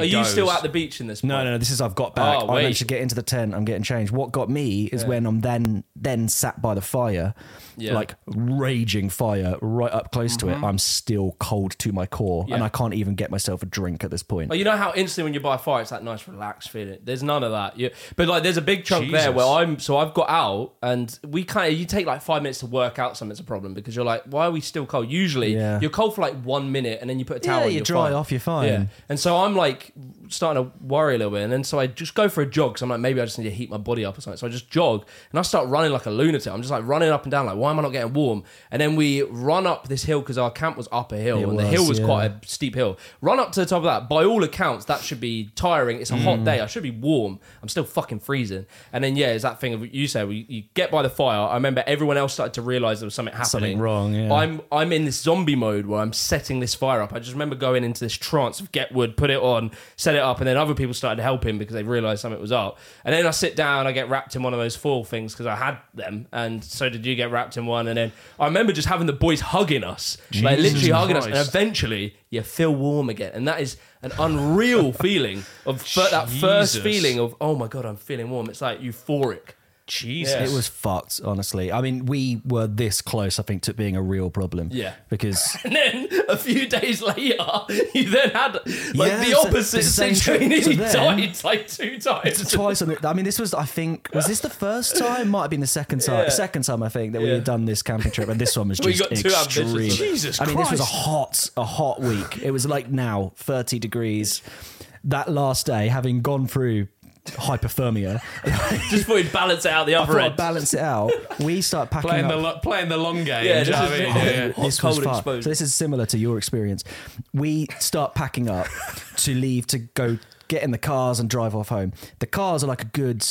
A: Oh, wait. Are you still
C: goes-
A: at the beach in this?
B: No,
A: point?
B: no, no. This is I've got back.
A: Oh,
B: I
A: wait.
B: managed to get into the tent. I'm getting changed. What got me is when I'm then then sat by the fire,
A: Yeah. Mm-hmm.
B: like raging fire right up close to it. I'm still cold to my core, and
A: Yeah.
B: I can't even get myself a drink at this point.
A: Oh, you know how instantly when you buy a fire, it's that nice relaxed feeling. There's none of that. You, but like, there's a big chunk there
C: Jesus.
A: where I'm. So I've got out, and we kind of you take like five minutes to work out something's a problem because you're like, why are we still cold? Usually,
B: Yeah.
A: you're cold for like one minute, and then you put a
B: Yeah,
A: towel. and
B: you
A: you're
B: dry
A: fine.
B: off, you're fine.
A: Yeah. Mm. And so I'm like starting to worry a little bit, and then so I just go for a jog. Cause I'm like, maybe I just need to heat my body up or something. So I just jog, and I start running like a lunatic. I'm just like running up and down, like, why am I not getting warm? And then we run up this hill because our camp was up a hill,
B: It
A: and the
B: was,
A: hill was
B: yeah.
A: quite a steep hill. Run up to the top of that. By all accounts, that should
B: Mm.
A: be tiring. It's a hot day. I should be warm. I'm still fucking freezing. And then yeah, it's that thing of you say we you get by the fire. I remember everyone else started to realize there was something happening.
B: Something wrong, yeah.
A: I'm I'm in this zombie mode where I'm setting this fire up. I just remember going into this trance of get wood, put it on, set it up, and then other people started to help him because they realized something was up. And then I sit down, I get wrapped in one of those fall things because I had them, and so did you get wrapped in one. And then I remember just having the boys hugging us, like
C: Jesus
A: literally hugging us, and
C: Christ.
A: eventually you feel warm again, and that is an unreal feeling of fir- that first
C: Jesus.
A: feeling of oh my god, I'm feeling warm. It's like euphoric.
C: Jesus.
A: Yeah.
B: It was fucked, honestly. I mean, we were this close, I think, to it being a real problem.
A: Yeah.
B: Because
A: And then a few days later, you then had like
B: Yeah,
A: the
B: so-
A: opposite
B: the same
A: situation.
B: trip to
A: He
B: them.
A: died like two times.
B: twice on it, I mean, this was, I think, was this the first time? Might have been the second time.
A: Yeah.
B: Second time, I think, that we
A: Yeah.
B: had done this camping trip, and this one was
A: We
B: just
A: got too ambitious with
B: extreme.
A: it.
C: Jesus
B: I mean, this was a
C: Christ.
B: hot, a hot week. It was like now, thirty degrees. That last day, having gone through hypothermia,
A: Just thought he'd balance it out the
B: I
A: other
B: thought I'd
A: end.
B: balance it out. We start packing
C: playing
B: up.
C: the lo- playing the long game.
A: Yeah,
C: do you know what I
A: this is-
C: mean? Yeah, yeah.
A: Hot,
B: this was
A: cold
B: fun.
A: exposure.
B: So this is similar to your experience. We start packing up to leave to go get in the cars and drive off home. The cars are like a good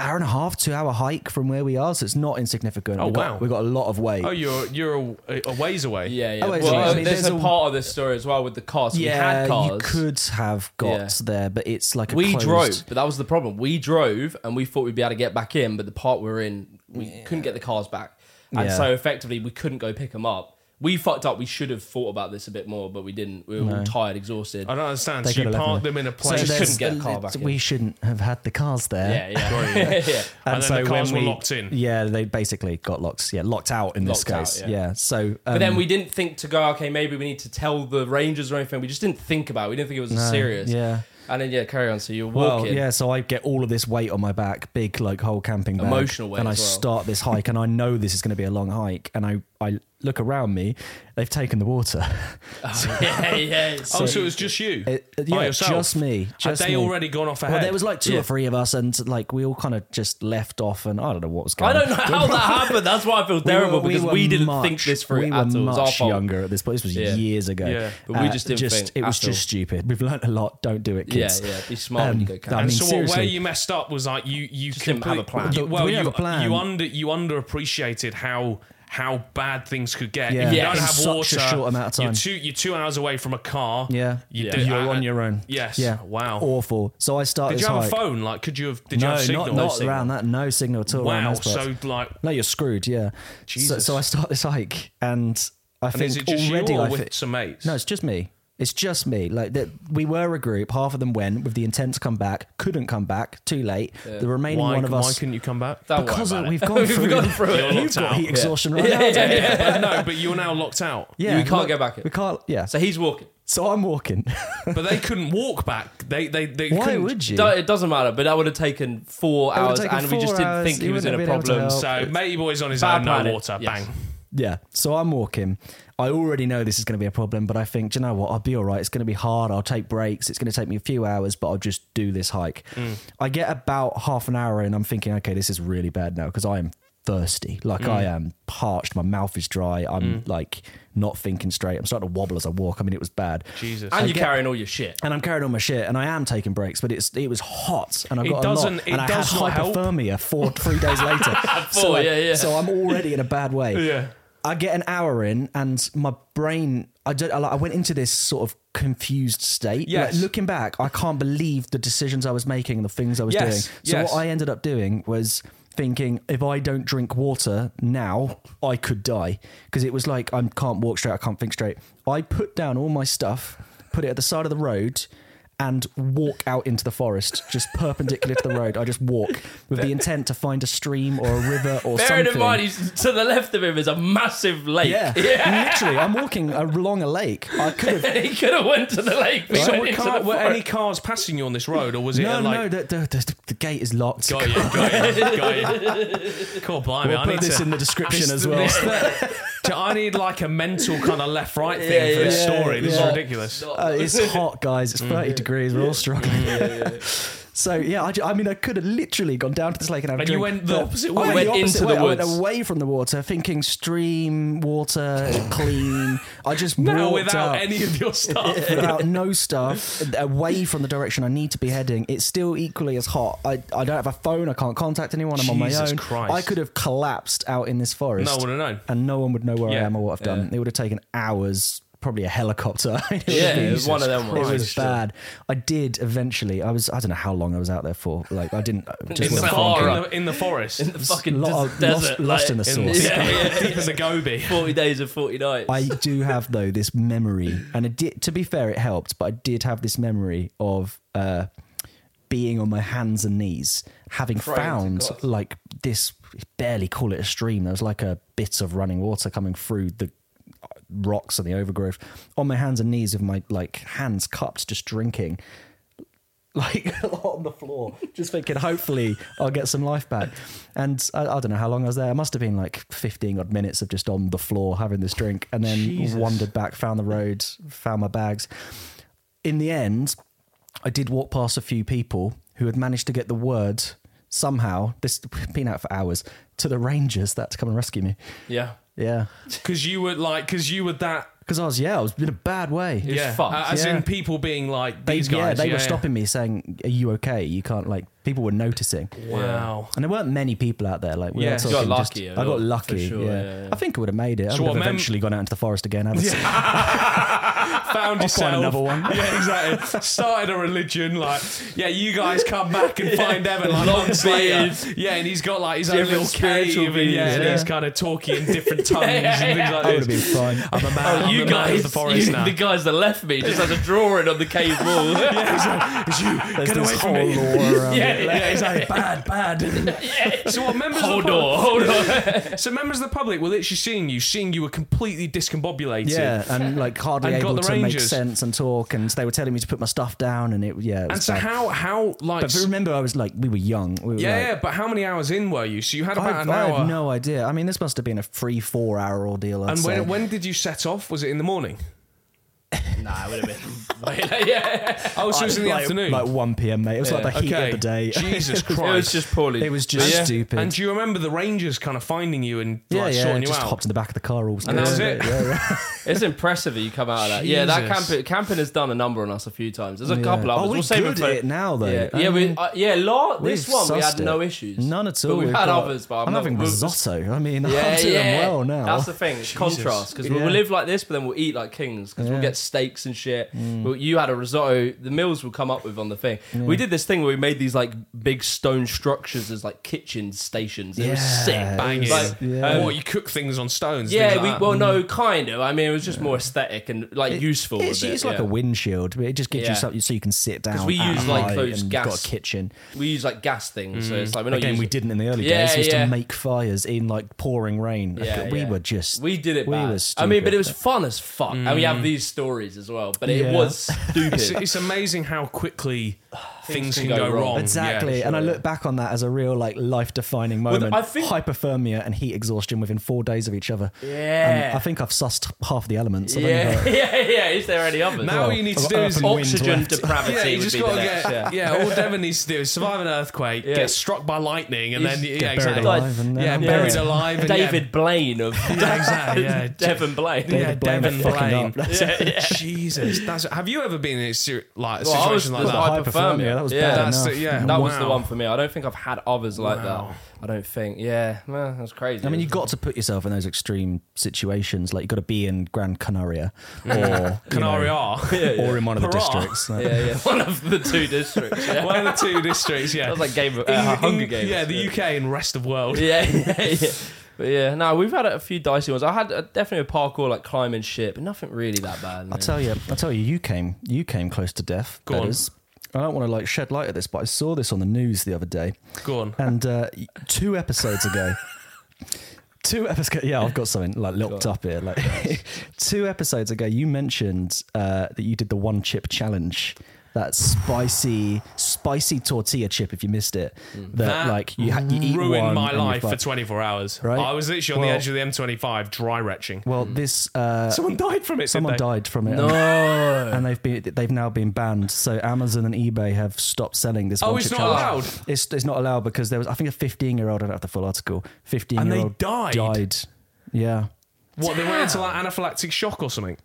B: hour and a half, two hour hike from where we are, so it's not insignificant.
C: Oh,
B: we got,
C: wow.
B: We got a lot of weight.
C: Oh, you're you're a, a ways away.
A: Yeah, yeah.
B: Oh, wait,
A: well,
B: sorry, I
A: uh,
B: mean,
A: there's,
B: there's
A: a,
B: a-
A: part of this story as well with the cars. we had
B: yeah,
A: cars.
B: you could have got
A: Yeah.
B: there, but it's like a
A: we
B: closed-
A: drove, but that was the problem. We drove and we thought we'd be able to get back in, but the part we were in, we couldn't get the cars back. And
B: Yeah.
A: so effectively, we couldn't go pick them up. We fucked up. We should have thought about this a bit more, but we didn't. We were all tired, exhausted.
C: I don't understand.
B: They
C: so you
B: could have left
C: park
B: them
C: them in a
B: So
C: place.
A: just
B: there's-
A: couldn't get a car back in.
B: We shouldn't have had the cars
A: yeah,
B: there.
A: yeah. yeah.
C: And then the cars were locked in.
B: Yeah, they basically got locked. Yeah, locked out in this
A: Locked out,
B: case.
A: yeah.
B: yeah. So, um,
A: But then we didn't think to go. Okay, maybe we need to tell the Rangers or anything. We just didn't think about. it. We didn't think it was as serious.
B: yeah.
A: And then yeah, carry on. So you're
B: Well,
A: walking.
B: yeah, so I get all of this weight on my back, big like whole camping bag,
A: Emotional weight
B: and I
A: as well.
B: start this hike, and I know this is going to be a long hike, and I I look around me, they've taken the water.
A: yeah, yeah.
C: Oh, so it was just you
B: It- uh,
C: by
B: yeah,
C: yourself.
B: just me,
C: Had
B: just
C: they
B: me.
C: already gone off ahead?
B: Well, there was like two
A: Yeah.
B: or three of us, and like we all kind of just left off, and I don't know what was going.
A: I
B: on.
A: don't know how that happened. That's why I feel terrible
B: were-
A: because we,
B: were
A: didn't
B: much-
A: think this through
B: We were
A: at all. It was our
B: much
A: fault.
B: younger at this point. This was
A: Yeah.
B: years ago.
C: Yeah.
A: But we just didn't think
B: It was
A: at all.
B: just stupid. We've learnt a lot. Don't do it,
A: Yeah,
B: kids. Um,
A: yeah. Be smart when you go camping.
B: I
C: and
B: mean,
C: so what-
B: seriously,
C: where you messed up was like you you
A: didn't have a plan.
C: You,
B: We
C: well,
B: didn't
C: you,
B: have a plan.
C: you under you underappreciated how how bad things could get.
B: Yeah.
C: You
A: Yeah.
C: don't
A: In
C: have
B: such a
C: water.
B: short amount of
C: You're
B: time.
C: two you're two hours away from a car.
B: yeah,
C: You
A: Yeah.
C: do-
B: you're
C: I-
B: on your own.
C: Yes.
B: Yeah.
C: Wow.
B: Awful. So I started.
C: did you have
B: hike.
C: a phone? Like, could you have? Did you
B: No,
C: have signal?
B: not, not around that. No signal at all. around
C: Wow.
B: those parts.
C: So like,
B: no, you're screwed. Yeah. So,
C: Jesus.
B: so I start this hike, and I
C: and
B: think
C: is it just
B: already
C: you or
B: I
C: with
B: thi-
C: some mates?
B: no, it's just me. It's just me. Like that, we were a group. Half of them went with the intent to come back, couldn't come back. Too late. The remaining
C: Why,
B: one of
C: why
B: us
C: couldn't you come back?
A: Don't worry
B: because
A: about
B: of-
A: it.
B: we've gone through.
A: we've gone through
C: You're
A: it.
C: locked
B: You've got
C: out.
B: heat
C: Yeah.
B: exhaustion right
A: Yeah,
B: now.
A: yeah, yeah.
C: But no, but you're now locked out.
B: Yeah,
A: We can't
B: look,
A: go back in.
B: We can't. Yeah.
A: So
B: So,
A: he's walking.
B: I'm walking.
C: But they couldn't walk back. They they they.
B: Why
C: couldn't-
B: would you?
A: Do- It doesn't matter. But that would have taken four
B: It would have
A: hours,
B: taken
A: and we just
B: four
A: didn't
B: hours.
A: think he
B: You
A: was in
B: wouldn't
A: a
B: have been able to
A: problem.
B: help.
C: So matey boy's on his
A: Bad
C: own. No
A: planning.
C: water.
A: Yes.
C: Bang.
B: Yeah. So I'm walking. I already know this is going to be a problem, but I think, do you know what? I'll be all right. It's going to be hard. I'll take breaks. It's going to take me a few hours, but I'll just do this hike. I get about half an hour in. I'm thinking, okay, this is really bad now because I am thirsty. Like I am parched. My mouth is dry. I'm like not thinking straight. I'm starting to wobble as I walk. I mean, it was bad.
C: Jesus.
A: And you're carrying all your shit.
B: And I'm carrying all my shit, and I am taking breaks, but it's it was hot, and I
C: It
B: got
C: doesn't-
B: a lot,
C: it
B: and I
C: does
B: had
C: not help.
B: hypothermia four three days later.
A: Four,
B: so, I-
A: yeah, yeah.
B: so I'm already in a bad way.
C: Yeah.
B: I get an hour in, and my brain, I don't, I, like- I went into this sort of confused state.
C: Yes.
B: Like, looking back, I can't believe the decisions I was making and the things I was
C: Yes,
B: doing. So
C: yes.
B: what I ended up doing was thinking if I don't drink water now, I could die because it was like I can't walk straight, I can't think straight. I put down all my stuff, put it at the side of the road. And walk out into the forest, just perpendicular to the road. I just walk with the intent to find a stream or a river or
A: Bearing
B: something.
A: in mind, he's, to the left of him is a massive lake.
B: Yeah. Literally, I'm walking along a lake. I could have.
A: he could have went to the lake. but he
C: So
A: went
C: were,
A: into
C: car,
A: the
C: were
A: forest.
C: any cars passing you on this road, or was it
B: No,
C: like?
B: no, the, the, the, the gate is locked.
C: Got you, got you, got you. Cool, blimey.
B: We'll
C: I
B: put
C: need
B: this
C: to,
B: in the description as well.
C: this- that- I need like a mental kind of left right thing
A: Yeah,
C: for this
B: yeah,
C: story. This
B: yeah.
C: is ridiculous. Mm.
B: Uh, it's hot, guys. It's 30 degrees. We're all struggling. So yeah, I, ju- I mean, I could have literally gone down to this lake and had a
C: And you
B: drink.
C: went the
B: but
C: opposite
B: I
C: way.
A: Went into the
B: I went
A: woods.
B: away from the water, thinking stream water clean. I just
C: Now,
B: walked
C: without
B: up
C: any of your stuff.
B: without no stuff, away from the direction I need to be heading, it's still equally as hot. I, I don't have a phone. I can't contact anyone. I'm on my
C: Jesus
B: own.
C: Christ.
B: I could have collapsed out in this forest.
C: No one would have known.
B: And no one would know where I
C: Yeah.
B: am or what I've done. It would have taken hours, probably a helicopter. It would
A: Yeah,
B: have been-
A: it was one of them
B: It
A: ones.
B: was bad. I did eventually. I was. I don't know how long I was out there for. Like I didn't. Just
C: In the,
A: went
C: far, in,
A: funky.
C: the, in the forest.
A: in the fucking
B: lo-
A: des-
B: lost-
A: desert,
B: lost
A: like-
B: in the
C: in the-
B: sauce.
A: Yeah, yeah.
C: deep as a goby.
A: Forty days and forty nights.
B: I do have though this memory, and it did, to be fair, it helped. But I did have this memory of uh, being on my hands and knees, having
A: Praying to
B: found
A: God.
B: like this. Barely call it a stream. There was like a bit of running water coming through the uh, rocks and the overgrowth on my hands and knees with my like hands cupped, just drinking. Like on the floor, just thinking, hopefully I'll get some life back. And I, I don't know how long I was there. It must have been like 15 odd minutes of just on the floor having this drink and then
A: Jesus.
B: wandered back, found the road, found my bags. In the end, I did walk past a few people who had managed to get the word somehow, this been out for hours, to the Rangers that to come and rescue me.
A: yeah,
B: Yeah.
C: Because you were like, because you were that.
B: Because I was, yeah, I was in a bad way.
A: was
C: yeah.
A: fucked,
C: uh, As
B: yeah.
C: in people being like,
B: They-
C: these
B: yeah,
C: guys.
B: they were stopping me saying, "Are you okay? You can't like." People were noticing,
C: Wow.
B: and there weren't many people out there. Like, we
C: Yeah.
B: were
C: You
A: got
B: talking just-
A: lucky at
B: I
A: all,
B: got
A: for
B: lucky.
A: sure,
B: yeah.
A: yeah, yeah.
B: I think I would have made it. I would
C: So what,
B: have
C: mem-
B: eventually gone out into the forest again. Have a sip.
C: Found yourself.
B: another one.
C: Yeah, exactly. Started a religion. Like, yeah, you guys come back and find Evan like
A: Long
C: months later. Yeah, and he's got like his own
A: Different
C: little cave.
A: spiritual
C: And,
A: beings,
C: yeah, and
A: yeah.
C: he's kind of talking in different tongues and things like
B: I would
C: this.
B: have been fine.
C: I'm a man.
A: Oh,
C: I'm
A: you
C: the man of
A: guys,
C: the forest
A: you-
C: now.
A: the guys that left me just has a drawing on the cave wall. yeah,
C: It's you.
B: There's
C: Get
B: this
C: away from
B: whole
C: me.
B: lore around
C: Yeah,
B: it.
C: yeah, exactly. Bad, bad. So what members
A: Hold
C: of the
A: on, hold on.
C: pub- so members of the public were literally seeing you, seeing you were completely discombobulated.
B: Yeah, and like hardly
C: And got
B: able
C: the
B: to make
C: Rangers.
B: sense and talk, and they were telling me to put my stuff down, and it yeah. It was
C: And so
B: bad.
C: how how like
B: But remember, I was like, we were young. We were
C: yeah,
B: like,
C: yeah, but how many hours in were you? So you had
B: I,
C: about an
B: I
C: hour.
B: have no idea. I mean, this must have been a three, four hour ordeal. I'd
C: and
B: say.
C: when, when did you set off? Was it in the morning?
A: Nah, it would have been. way later. yeah,
C: Oh, so it was in the
B: like,
C: afternoon.
B: Like 1 p.m., mate. It was like the heat
C: okay.
B: of the day.
C: Jesus
A: it was
C: Christ.
A: just poorly.
B: It was just
A: But yeah.
B: stupid.
C: and do you remember the Rangers kind of finding you and like,
B: yeah, yeah.
C: sorting you
B: Just
C: out?
B: hopped in the back of the car all
C: And that was it.
B: Yeah, yeah.
A: It's impressive that you come out of that. Yeah, that
C: Jesus.
A: camping camping has done a number on us a few times. There's a
B: Yeah.
A: couple
B: Oh,
A: others.
B: we're
A: we'll save
B: good
A: it for
B: at it now, though.
A: Yeah,
B: I
A: yeah, we,
B: mean,
A: uh, yeah. La, this
B: We've
A: one we
B: sussed
A: had no
B: it.
A: issues.
B: None at all.
A: But we've, had
B: got-
A: others, but I've
B: I'm
A: not-
B: having
A: we've-
B: risotto. I mean,
A: Yeah,
B: I'm doing
A: yeah.
B: well now.
A: That's the thing. It's contrast because
B: Yeah.
A: we'll live like this, but then we'll eat like kings because
B: Yeah. Mm.
A: we'll get steaks and shit. Well, you had a risotto. The meals will come up with on the thing. We did this thing where we made these like big stone structures as like kitchen stations. It was
B: Yeah,
A: sick.
B: it
C: Banging.
A: Like,
B: yeah.
A: um,
C: Or you cook things on stones.
A: yeah,
C: things
A: we,
C: like that.
A: well, no, kind of. I mean, it was just more aesthetic and like
B: Mm. It-
A: useful.
B: It's,
A: a bit,
B: it's like
A: yeah.
B: a windshield. but It just gives
A: Yeah.
B: you something so you can sit down.
A: we
B: at
A: use, like,
B: night
A: those
B: and
A: gas-
B: Got a kitchen.
A: We use like gas things, so it's like we're not
B: Mm. Again,
A: using.
B: we didn't in the early
A: Yeah,
B: days. We used
A: yeah.
B: to make fires in like pouring rain. Like,
A: Yeah,
B: we
A: yeah.
B: were just.
A: We did it.
B: We
A: bad.
B: were
A: I mean, but
B: stupid. Mm.
A: it was fun as fuck, and we have these stories as well. But it
B: Yeah.
A: was
C: It's,
A: stupid.
C: it's amazing how quickly things, can, go,
A: Oh,
C: wrong.
B: Exactly,
C: Yeah.
B: and I look back on that as a real like life-defining
A: th-
B: moment.
A: I think-
B: Hyperthermia and heat exhaustion within four days of each other.
A: Yeah.
B: and I think I've sussed half the elements. I've only
A: yeah,
B: got-
A: yeah, yeah. Is there any others?
C: Now all you need to do is
B: Urban wind
A: oxygen
B: left.
A: depravity
C: Yeah, you
A: would
C: just
A: be
C: got
A: the
C: to
A: next.
C: get.
A: yeah.
C: Yeah, all Devon needs to do is survive an earthquake,
A: Yeah.
C: get struck by lightning, and
A: He's-
C: then yeah,
B: Get buried
C: exactly.
B: alive and then
C: yeah,
B: I'm
C: buried
B: dead.
C: alive. And
A: David
C: yeah,
A: Blaine of
C: Yeah, exactly. Yeah,
A: Devon Blaine.
C: Yeah,
B: David Blaine
C: Devon
B: fucking
C: Blaine.
B: up. That's-
A: Yeah, yeah.
C: Jesus, that's, have you ever been in a seri- like a
A: Well, I was
C: situation
A: the
C: like that?
A: hyperthermia.
B: Hyperthermia, that was
A: Oh, yeah,
B: bad
A: that's
B: enough.
C: the- yeah.
A: that was the
C: Wow.
A: one for me. I don't think I've had others like
C: Wow.
A: that. I don't think. Yeah, well, that's crazy.
B: I mean, you got to put yourself in those extreme situations. Like you got to be in Gran Canaria
A: Mm.
B: or you know,
C: Canary R,
B: or in one of the
C: Hurrah.
B: districts. Like,
A: yeah, yeah. One of the two districts. Yeah.
C: one of the two districts. Yeah,
A: That was like Game of
C: In-
A: uh,
C: in-
A: Hunger Games.
C: Yeah, the UK and rest of world.
A: yeah, yeah, yeah. But yeah, no, we've had a few dicey ones. I had uh definitely a parkour like climbing shit, but nothing really that bad.
B: I'll
A: man.
B: tell you, I'll tell you, you came, you came close to death.
C: Go on.
B: Bedders. I don't want to like shed light at this, but I saw this on the news the other day.
C: Go on.
B: and uh, two episodes ago. Two episodes, yeah, I've got something like locked up here. Like two episodes ago, you mentioned uh, that you did the one chip challenge that spicy, spicy tortilla chip. If you missed it, that,
C: Hmm. That
B: like you, ha- you eat
C: ruined
B: one
C: my
B: and you're
C: life for
B: fucked.
C: 24 hours.
B: Right?
C: I was literally on
B: Well-
C: the edge of the M25, dry retching.
B: well, this uh,
C: Someone died from it.
B: someone
C: did they?
B: died from it.
A: No.
B: And they've been they've now been banned. So Amazon and eBay have stopped selling this.
C: Oh,
B: one
C: it's
B: chip
C: not
B: challenge.
C: allowed?
B: It's, it's not allowed because there was I think a 15 year old. I don't have the full article. 15
C: And
B: year
C: they
B: old
C: died?
B: Died. Yeah.
C: What they went into like anaphylactic shock or something.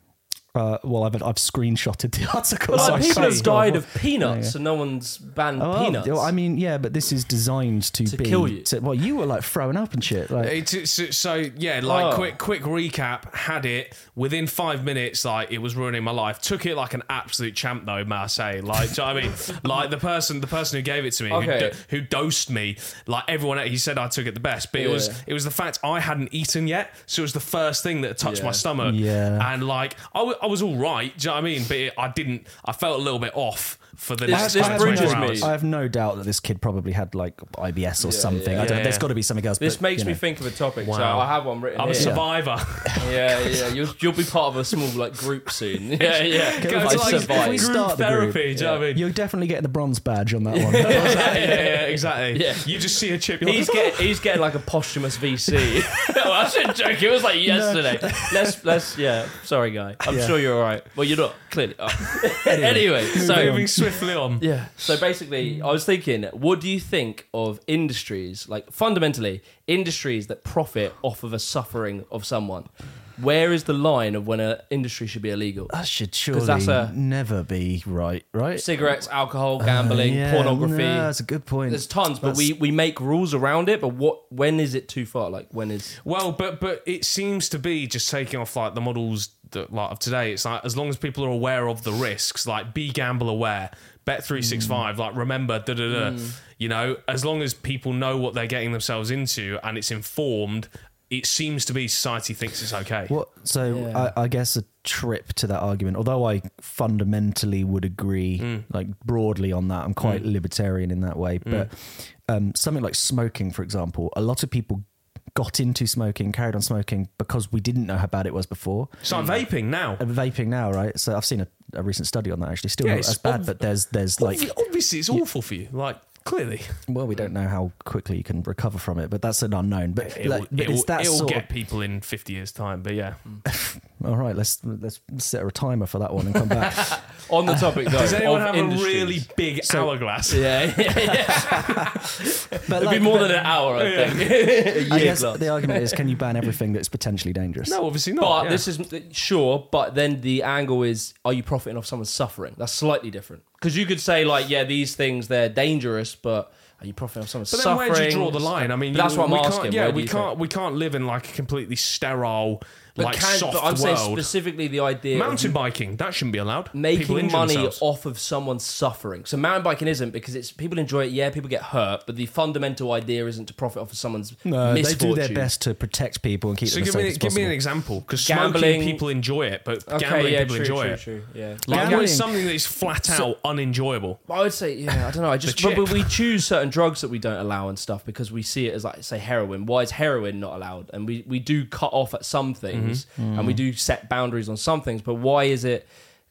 B: Uh, well, I've I've screenshotted the article.
A: Well,
B: so I
A: people have
B: can't-
A: died of peanuts
B: Yeah, yeah.
A: and no one's banned
B: Oh, well,
A: peanuts.
B: well, I mean, yeah, but this is designed to,
A: To
B: be,
A: kill you.
B: to- well, you were like throwing up and shit. Like,
C: It's, it's- so yeah, like
A: Oh.
C: quick quick recap. Had it within five minutes. Like it was ruining my life. Took it like an absolute champ though. Marseille. Like do you know what I mean, like the person the person who gave it to me, who,
A: Okay.
C: do- who dosed me. Like everyone, else, he said I took it the best, but it was
A: Yeah.
C: it was the fact I hadn't eaten yet, so it was the first thing that touched my
A: Yeah.
C: stomach.
B: Yeah.
C: and like I wa- I was all right. Do you know what I mean? But it, I didn't. I felt a little bit off for the next
A: this
C: 24
A: bridges me.
C: hours.
B: I have no doubt that this kid probably had like IBS or something.
A: yeah.
B: I don't know.
C: Yeah,
B: There's
C: yeah.
B: got to be something else.
A: this
B: but,
A: makes
B: you
A: me
B: know.
A: think of a topic, so
C: Wow.
A: I have one written
C: I'm a
A: here.
C: survivor.
A: Yeah, yeah, you'll, you'll be part of a small like group soon. Yeah, yeah.
B: Go
A: I
B: to, like,
A: survived.
B: we
C: group
B: start the group.
C: therapy. Do you know what I mean?
B: You're definitely getting the bronze badge on that one.
C: yeah, yeah, yeah, exactly.
A: Yeah.
C: You just see a chip. You're
A: He's
C: like,
A: getting he's getting like a posthumous VC. well, that's a joke. It was like yesterday. Let's let's yeah. Sorry, guy. I'm
B: Yeah.
A: sure you're all right. Well, you're not clearly. Oh. anyway, so
C: moving swiftly on.
A: Yeah. So basically, I was thinking, what do you think of industries, like fundamentally, industries that profit off of a suffering of someone? Where is the line of when an industry should be illegal?
B: that should
A: 'Cause
B: surely
A: that's a-
B: never be right, right?
A: Cigarettes, alcohol, gambling,
B: Yeah,
A: pornography.
B: no, that's a good point.
A: There's tons, but we, we make rules around it. But what? When is it too far? Like when is?
C: Well, but but it seems to be just taking off like the models that like of today. It's like as long as people are aware of the risks, like be gamble aware, bet three six
A: Mm.
C: five, like remember da da da. You know, as long as people know what they're getting themselves into and it's informed, it seems to be society thinks it's okay.
B: What, so
A: Yeah.
B: I, I guess a trip to that argument, although I fundamentally would agree,
C: Mm.
B: like broadly on that, I'm quite libertarian in that way. But um, something like smoking, for example, a lot of people got into smoking, carried on smoking because we didn't know how bad it was before.
C: It's like vaping now.
B: mm. And vaping now, right? So I've seen a, a recent study on that actually. Still
C: Yeah,
B: not
C: it's
B: as bad,
C: ob-
B: but there's there's like
C: Obvi- obviously, it's awful for you. Like clearly,
B: well, we don't know how quickly you can recover from it, but that's an unknown. But,
C: it
B: like,
C: will,
B: but
C: it
B: it's
C: will-
B: that
C: it will
B: sort
C: get people in fifty years time. But yeah.
B: of all right. Let's let's set a timer for that one and come back.
A: On the topic though,
C: Does anyone
A: of
C: have
A: industries.
C: a really big hourglass?
A: Yeah, yeah, yeah.
B: But
A: It'd be
B: like,
A: more
B: but
A: than an hour, I think. a
B: I
A: year
B: guess
A: plus.
B: the argument is: can you ban everything that's potentially dangerous?
C: No, obviously not.
A: But
C: yeah.
A: this is sure. But then the angle is: are you profiting off someone's suffering? That's slightly different because you could say like, yeah, these things they're dangerous, but are you profiting off someone's
C: But then
A: suffering?
C: where do you draw the line? I mean,
A: That's
C: you-
A: what I'm
C: we
A: asking,
C: Can't, yeah,
A: where do
C: we
A: you
C: can't we can't live in like a completely sterile,
A: But
C: like
A: can-
C: soft
A: but I'm saying
C: world.
A: specifically the idea of
C: Mountain biking that shouldn't be allowed. People
A: making
C: injure
A: money
C: themselves.
A: off of someone's suffering. So mountain biking isn't because it's people enjoy it. Yeah, people get hurt, but the fundamental idea isn't to profit off of someone's
B: No, they
A: misfortune.
B: do their best to protect people and keep
C: So
B: them as
C: give me
B: safe as
C: give me an
B: possible.
C: example because
A: Gambling-
C: smoking people enjoy it, but
A: Okay,
C: gambling
A: yeah,
C: people
A: true,
C: enjoy
A: true,
C: it.
A: true, Yeah.
C: Like what is
B: Gambling-
C: something that is flat out unenjoyable?
A: I would say, yeah, I don't know. I just but,
C: The
A: but we choose certain drugs that we don't allow and stuff because we see it as like say heroin. Why is heroin not allowed? And we we do cut off at some things and we do set boundaries on some things. But why is it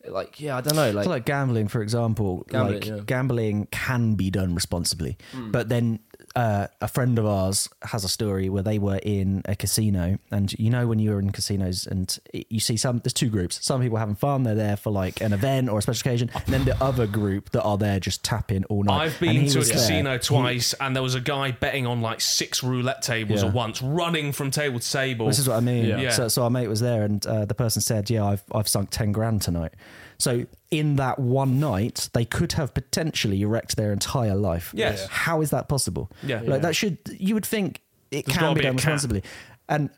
A: like yeah? I don't know. Like,
B: So like gambling, for example,
A: Gambling,
B: like
A: yeah.
B: gambling can be done responsibly,
C: Hmm.
B: but then uh, a friend of ours has a story where they were in a casino, and you know when you were in casinos, and it- you see some there's two groups. Some people having fun, they're there for like an event or a special occasion, and then the other group that are there just tapping all night.
C: I've
B: And
C: been
B: he
C: to a
B: was there.
C: casino twice, and there was a guy betting on like six roulette tables
B: Yeah.
C: at once, running from table to table.
B: This is what I mean.
C: Yeah.
B: So, so our mate was there, and uh, the person said, "Yeah, I've I've sunk ten grand tonight." So in that one night, they could have potentially wrecked their entire life.
C: Yes. Yeah.
B: How is that possible?
C: Yeah.
B: Like
C: Yeah.
B: that should you would think it
C: There's
B: can
C: gotta
B: be
C: be a
B: done
C: cap.
B: responsibly, and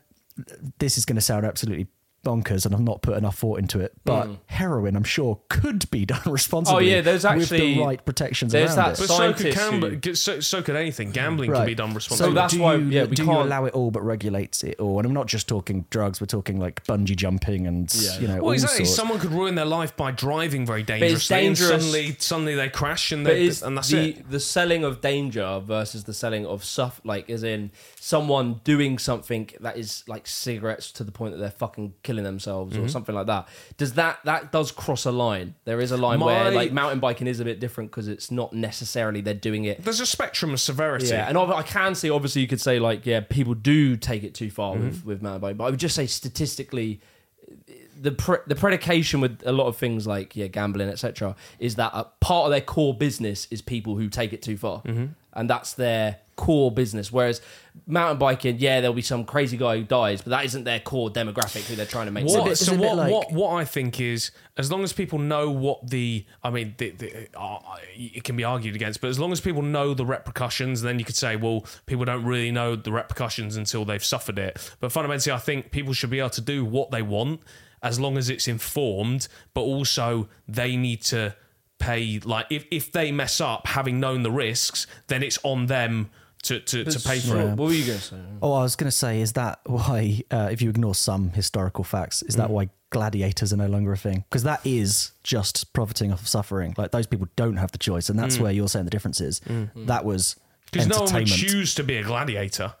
B: this is going to sound absolutely bonkers, and I've not put enough thought into it. But heroin, I'm sure, could be done responsibly.
A: Hmm. Oh, yeah, there's
B: with
A: actually-
B: the right protections
A: there's
B: around
A: that
B: it.
C: but so could,
A: scientists who-
C: gamb- so, so could anything. Gambling can be done responsibly.
A: So that's
B: do
A: why-
B: you-
A: yeah, we
B: do you
A: can't-
B: allow it all, but regulates it all. And I'm not just talking drugs; we're talking like bungee jumping and
A: Yeah.
B: you know. all
C: Well, exactly.
B: sorts.
C: Someone could ruin their life by driving very dangerously.
A: it's
C: And
A: dangerous.
C: suddenly, suddenly they crash and,
A: but
C: they,
A: is
C: and that's
A: the
C: it.
A: the selling of danger versus the selling of stuff like as in someone doing something that is like cigarettes to the point that they're fucking killing themselves
C: Mm-hmm.
A: or something like that. Does that that does cross a line? There is a line where
C: My-
A: like mountain biking is a bit different because it's not necessarily they're doing it
C: There's a spectrum of severity.
A: yeah, and ob- I can see. Obviously, you could say like, yeah, people do take it too far
C: Mm-hmm.
A: with with mountain biking, but I would just say statistically, the pre- the predication with a lot of things like yeah, gambling, etc., is that a part of their core business is people who take it too far,
C: Mm-hmm.
A: and that's their core business. Whereas mountain biking, yeah, there'll be some crazy guy who dies, but that isn't their core demographic who they're trying to make.
C: What,
A: sense.
B: it's
C: so
B: a bit
C: what,
B: like-
C: what? What I think is, as long as people know what the, I mean, the, the, uh, it can be argued against, but as long as people know the repercussions, then you could say, well, people don't really know the repercussions until they've suffered it. But fundamentally, I think people should be able to do what they want as long as it's informed, but also they need to pay. Like, if if they mess up, having known the risks, then it's on them to to, to pay for it.
A: What were you going to say?
B: Oh, I was going to say, is that why, uh, if you ignore some historical facts, is that
C: Mm.
B: why gladiators are no longer a thing? Because that is just profiting off of suffering. Like those people don't have the choice, and that's where you're saying the difference is. Mm. That was
C: Mm. Because no
B: entertainment.
C: one would choose to be a gladiator.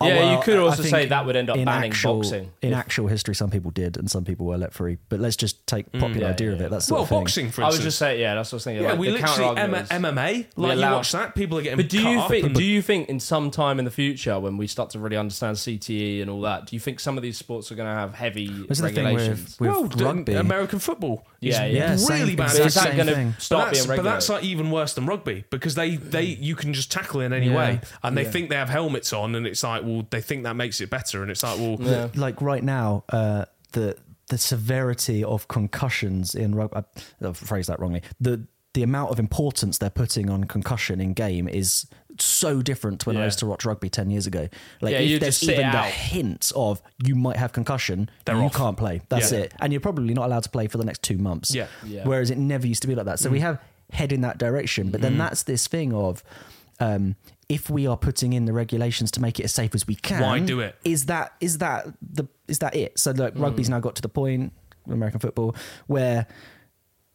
B: Oh,
A: Yeah, you could
B: I- I
A: also say
B: think
A: that would end up
B: in
A: banning
B: actual-
A: boxing.
B: In actual history, some people did, and some people were let free. But let's just take popular
A: yeah,
B: idea
A: yeah,
B: of
A: yeah.
B: it. That's
C: Mm. Well,
B: the thing.
C: boxing, for
A: I
C: instance.
A: was just saying, yeah, that's what I was thinking.
C: Yeah,
A: like,
C: we
A: the
C: literally
A: counter-argument
C: M-
A: is-
C: MMA.
A: we
C: Like
A: allow-
C: you watch that, people are getting.
A: But do
C: cut
A: you
C: up
A: think?
C: and-
A: Do you think in some time in the future, when we start to really understand CTE and all that, do you think some of these sports are going to have heavy
B: This is the thing
A: regulations?
B: with, with
C: well, d-
B: rugby.
C: American football? is
A: Yeah, yeah.
B: Yeah, same-
C: really bad.
A: but is
B: It's the
A: that
B: same
A: going
B: thing.
A: to
C: but
A: start
C: that's,
A: being
C: but
A: regulated?
C: that's like even worse than rugby because they, they you can just tackle in any
B: Yeah.
C: way, and they think they have helmets on, and it's like, well, they think that makes it better, and it's like, well,
A: Yeah.
B: like right now, uh, the the severity of concussions in rugby. I phrased that wrongly. The the amount of importance they're putting on concussion in game is so different to when
A: Yeah.
B: I used to watch rugby ten years ago. Like
A: Yeah, you
B: if there's
A: just sit
B: even the
A: out.
B: hint of you might have concussion, you
C: off.
B: can't play. That's
C: Yeah.
B: it, and you're probably not allowed to play for the next two months.
C: Yeah.
A: Yeah.
B: Whereas it never used to be like that. So
C: Mm.
B: we have head in that direction, but then that's this thing of. Um, if we are putting in the regulations to make it as safe as we can,
C: Why do it? Mm.
B: is that is that the is that it? So like rugby's now got to the point, American football, where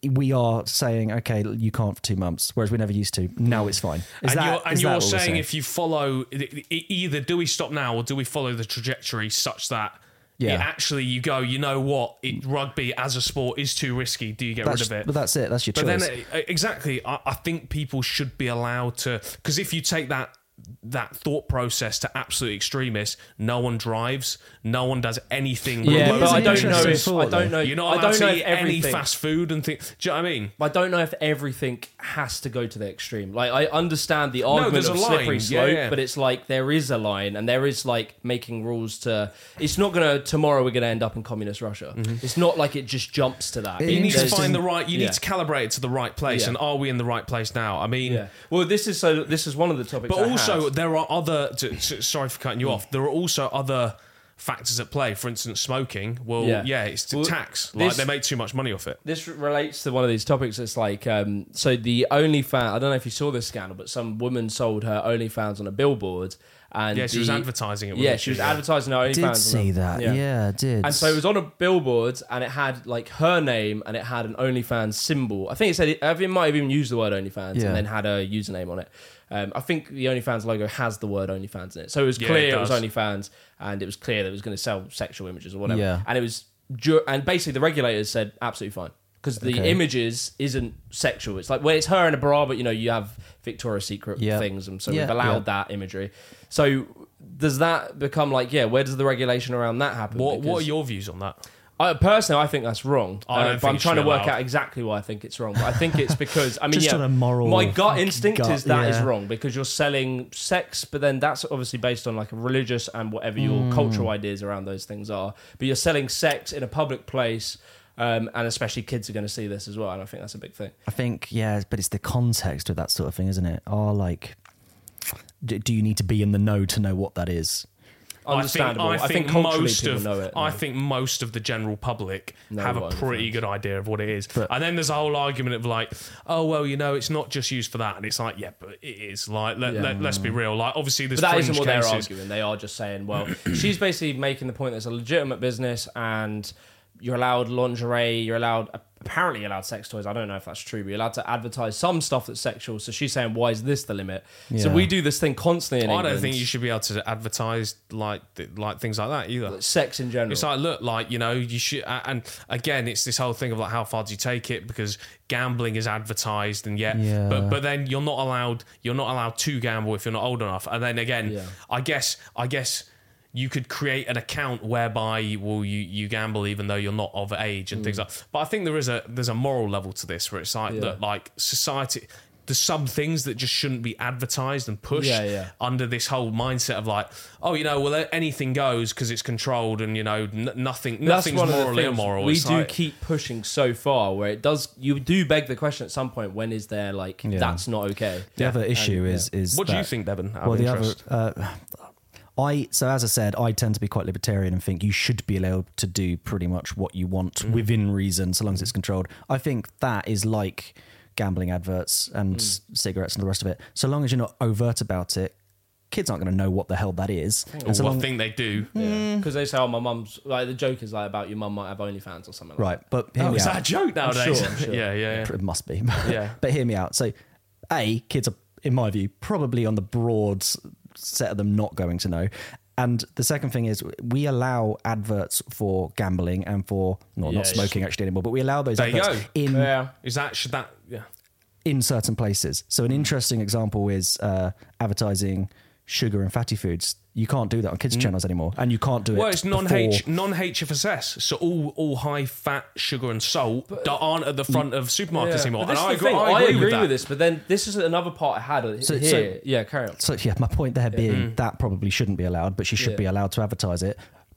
B: we are saying, okay, you can't for two months, whereas we never used to. Now it's fine. Is
C: and
B: that-
C: you're, and
B: is that
C: you're
B: what we're
C: saying, if you follow e- e- either do we stop now or do we follow the trajectory such that
B: Yeah.
C: it actually you go you know what it, rugby as a sport is too risky do you get
B: that's,
C: rid of it
B: But that's it. That's your
C: But
B: choice.
C: then, uh, exactly, I, I think people should be allowed to because if you take that that thought process to absolute extremists, no one drives, no one does anything.
A: yeah,
B: Well,
A: but I
B: it's an
A: don't know if
B: interesting
A: I don't
B: thought,
A: know.
C: You're not
A: I
C: allowed
A: don't know
C: to
A: if
C: eat any
A: everything.
C: fast food and things. Do you know what I mean?
A: I don't know if everything has to go to the extreme. Like I understand the argument
C: there's
A: of
C: a
A: slippery
C: line.
A: slope,
C: Yeah, yeah.
A: but it's like there is a line, and there is like making rules to. It's not gonna tomorrow we're gonna end up in communist Russia.
B: Mm-hmm.
A: It's not like it just jumps to that.
B: You
A: It
C: You need to
A: goes-
B: Interesting.
C: find the right. You
A: Yeah.
C: need to calibrate it to the right place.
A: Yeah.
C: And are we in the right place now? I mean,
A: Yeah. Well, this is so. This is one of the topics.
C: But
A: I Hmm.
C: also,
A: had.
C: there are other. t- s- sorry for cutting you off. There are also other factors at play. For instance, smoking. Well,
A: Yeah.
C: yeah, it's to
A: Well,
C: tax.
A: this-
C: Like they make too much money off it.
A: this relates to one of these topics. It's like um, so the OnlyFans. I don't know if you saw this scandal, but some woman sold her OnlyFans on a billboard, and
C: Yeah, she
A: the-
C: was advertising it.
A: Yeah, she was advertising her OnlyFans.
B: did
A: on
B: see
A: the-
B: that? Yeah, did.
A: And so it was on a billboard, and it had like her name, and it had an OnlyFans symbol. I think it said it, I think it might have even used the word OnlyFans,
B: Yeah.
A: and then had a username on it. Um, I think the OnlyFans logo has the word OnlyFans in it, so it was
C: Yeah,
A: clear
C: it
A: it, was
C: does.
A: OnlyFans, and it was clear that it was going to sell sexual images or whatever.
B: Yeah.
A: And it was, dur- and basically the regulators said absolutely fine because the
B: Okay.
A: images isn't sexual. It's like when it's her in a bra, but you know you have Victoria's Secret
B: Yeah.
A: things, and so
B: Yeah,
A: we've allowed that imagery. So does that become like yeah? Where does the regulation around that happen?
C: What What
A: Because-
C: are your views on that?
A: I, personally, I think that's wrong.
C: I don't
A: Uh, but
C: think
A: I'm trying
C: it should
A: to
C: be
A: work
C: allowed.
A: out exactly why I think it's wrong. But I think it's because I mean,
B: Just
A: yeah,
B: on a moral
A: my gut
B: fucking
A: instinct
B: gut,
A: is that is
B: yeah.
A: wrong because you're selling sex, but then that's obviously based on like a religious and whatever your
B: Mm.
A: cultural ideas around those things are. But you're selling sex in a public place, um, and especially kids are going to see this as well, and I think that's a big thing.
B: I think, yeah, but it's the context of that sort of thing, isn't it? Are like, do, do you need to be in the know to know what that is?
A: Understandable.
C: I think, I think,
A: culturally
C: most
A: people
C: of
A: know it.
C: I
A: no.
C: think most of the general public
A: Know
C: have a
A: what it
C: pretty good idea of what it is. and then there's a whole argument of like, oh well, you know, it's not just used for that, and it's like, yeah, but it is. Like, let,
A: Yeah.
C: us be real. Like, obviously, there's
A: But that
C: fringe
A: isn't what
C: cases.
A: they're arguing. They are just saying, well, she's basically making the point that it's a legitimate business and you're allowed lingerie, you're allowed apparently you're allowed sex toys. I don't know if that's true, but you're allowed to advertise some stuff that's sexual. So she's saying, why is this the limit? So
B: Yeah.
A: we do this thing constantly. In
C: I don't
A: England.
C: think you should be able to advertise like th- like things like that either.
A: sex in general.
C: It's like, look, like you know, you should. a- And again, it's this whole thing of like, how far do you take it? Because gambling is advertised, and yet,
B: Yeah.
C: but but then you're not allowed. You're not allowed to gamble if you're not old enough. And then again,
A: Yeah.
C: I guess, I guess you could create an account whereby well you you gamble even though you're not of age and
A: Mm.
C: things like. But I think there is a there's a moral level to this where it's like
A: Yeah.
C: that, like society. There's some things that just shouldn't be advertised and pushed
A: Yeah, yeah.
C: under this whole mindset of like, oh, you know, well, anything goes because it's controlled and you know, n- nothing,
A: That's
C: nothing's
A: one of the
C: morally
A: things
C: immoral.
A: We
C: It's
A: do
C: like-
A: keep pushing so far where it does. You do beg the question at some point. When is there like
B: Yeah.
A: that's not okay?
B: The other issue is is
C: What do you
B: that-
C: think, Devon? out of
B: Well, the other,
C: interest?
B: uh, I so as I said, I tend to be quite libertarian and think you should be allowed to do pretty much what you want
C: Mm-hmm.
B: within reason, so long as it's controlled. I think that is like gambling adverts and
C: Mm.
B: s- cigarettes and the rest of it. So long as you're not overt about it, kids aren't going to know what the hell that is. And so
C: well, I
B: long-
C: think they do.
A: Mm-hmm. Because they say, "Oh, my mum's like the joke is like about your mum might have OnlyFans or something." Like
B: right, but hear
C: Oh,
B: me
C: is
B: out.
C: that a joke nowadays?
A: sure, I'm sure.
C: yeah, yeah, yeah.
B: It must be.
C: Yeah.
B: but hear me out. So, A, kids are, in my view, probably on the broad s- set of them not going to know. And the second thing is, we allow adverts for gambling and for well,
A: Yeah,
B: not smoking actually anymore, but we allow those
C: There you
B: adverts
C: go.
B: in
A: Yeah.
C: Is that should that? Yeah.
B: in certain places. So, an interesting example is uh, advertising sugar and fatty foods. You can't do that on kids' channels anymore, and you can't do it.
C: Mm. Well, it's non
B: before-
C: H non HFSS, so all all high fat, sugar, and salt that aren't at the front of supermarkets
A: Yeah.
C: anymore.
A: But this is
C: and I
A: the
C: agree,
A: thing,
C: I agree, with, that.
A: this, but then this is another part I had
B: So-
A: here.
B: so-
A: yeah, carry on.
B: So yeah, my point there being
C: Mm.
B: that probably shouldn't be allowed, but she should
A: Yeah.
B: be allowed to advertise it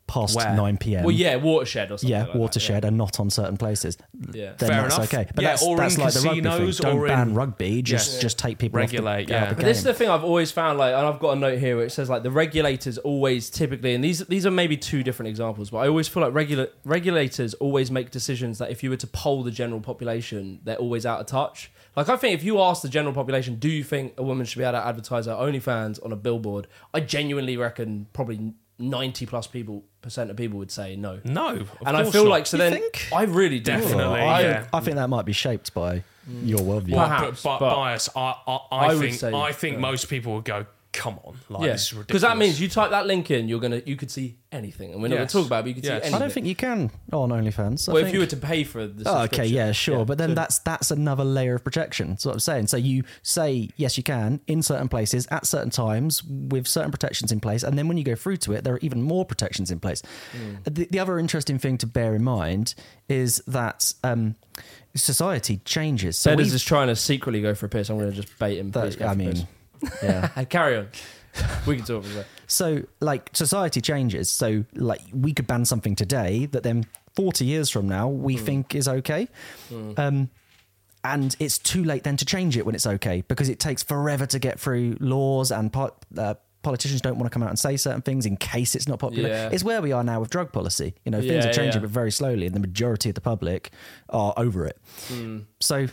B: past
C: Where?
B: nine p.m.
A: Well, yeah, watershed or something.
B: yeah,
A: like that,
B: watershed and not on certain places.
A: Yeah.
B: then
C: Fair
B: that's
C: enough.
B: okay. But
C: Yeah,
B: that's,
C: or in
B: that's like the rugby
C: casinos
B: thing. Don't
C: or
B: ban
C: in-
B: rugby. Just
C: Yeah.
B: just take people Off
C: Regulate,
B: the, out of
C: yeah.
B: the
A: But this is
B: game.
A: the thing I've always found, like, and I've got a note here where it says like the regulators always typically, and these these are maybe two different examples, but I always feel like regula- regulators always make decisions that if you were to poll the general population, they're always out of touch. Like I think if you ask the general population, do you think a woman should be able to advertise her OnlyFans on a billboard? I genuinely reckon probably ninety plus people percent of people would say no.
C: No, of
A: and I
C: course
A: feel
C: not.
A: like so
B: You
A: then
B: think?
A: I really do.
C: Definitely,
A: I,
C: yeah.
B: I think that might be shaped by your worldview.
C: Well,
A: Perhaps,
C: but,
A: but-
C: but bias. I, I,
A: I
C: I,
A: would
C: think
A: say-
C: I think
A: yeah.
C: most people would go, "Come on, like
A: Yeah,
C: this is ridiculous."
A: because that means you type that link in, you're gonna you could see anything, and we're not
C: Yes.
A: gonna talk about, it, but you could
C: Yes.
A: see anything.
B: I don't think you can on OnlyFans. I
A: Well,
B: think-
A: if you were to pay for the
B: Oh, okay,
A: subscription.
B: yeah, sure, but then
A: so-
B: that's that's another layer of protection. That's what I'm saying. So you say yes, you can in certain places at certain times with certain protections in place, and then when you go through to it, there are even more protections in place.
A: Hmm.
B: The, the other interesting thing to bear in mind is that um, society changes. So
A: Ted
B: we,
A: is just trying to secretly go for a piss. I'm going to just bait him. Please
B: that,
A: go for
B: I
A: a
B: mean,
A: piss.
B: yeah.
A: Hey, carry on. We can talk about that.
B: So like society changes. So like we could ban something today that then 40 years from now we
A: Hmm.
B: think is okay. Um and it's too late then to change it when it's okay because it takes forever to get through laws and po- uh, politicians don't want to come out and say certain things in case it's not popular.
A: Yeah.
B: It's where we are now with drug policy. You know, things
A: Yeah,
B: are changing
A: yeah.
B: but very slowly and the majority of the public are over it.
A: Hmm.
B: So,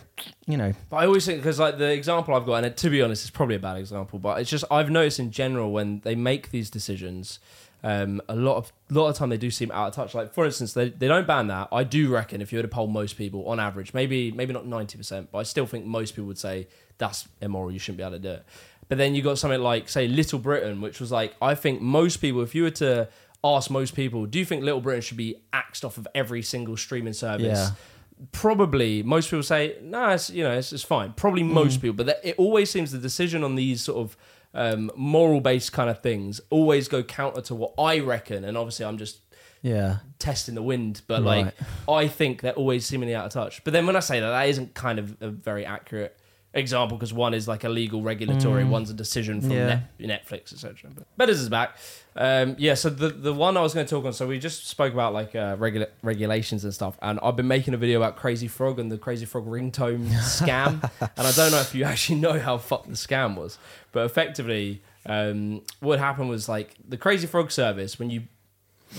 B: you know,
A: But I always think because like the example I've got, and it, to be honest, it's probably a bad example, but it's just I've noticed in general when they make these decisions, um, a lot of lot of time they do seem out of touch. Like for instance, they, they don't ban that. I do reckon if you were to poll most people on average, maybe maybe not ninety percent, but I still think most people would say that's immoral. You shouldn't be able to do it. But then you got something like say Little Britain, which was like I think most people, if you were to ask most people, do you think Little Britain should be axed off of every single streaming service?
B: Yeah.
A: probably most people say no it's you know it's, it's fine probably most people but that, it always seems the decision on these sort of um, moral based kind of things always go counter to what i reckon and obviously i'm just
B: yeah.
A: testing the wind but
B: Right.
A: like i think they're always seemingly out of touch but then when i say that that isn't kind of a very accurate example because one is like a legal regulatory one's a decision from
B: Mm. Yeah.
A: Net- netflix etc but betters is back um, yeah so the, the one i was going to talk on so we just spoke about like uh, regula- regulations and stuff and i've been making a video about crazy frog and the crazy frog ringtone scam and i don't know if you actually know how fucked the scam was but effectively um, what happened was like the crazy frog service when you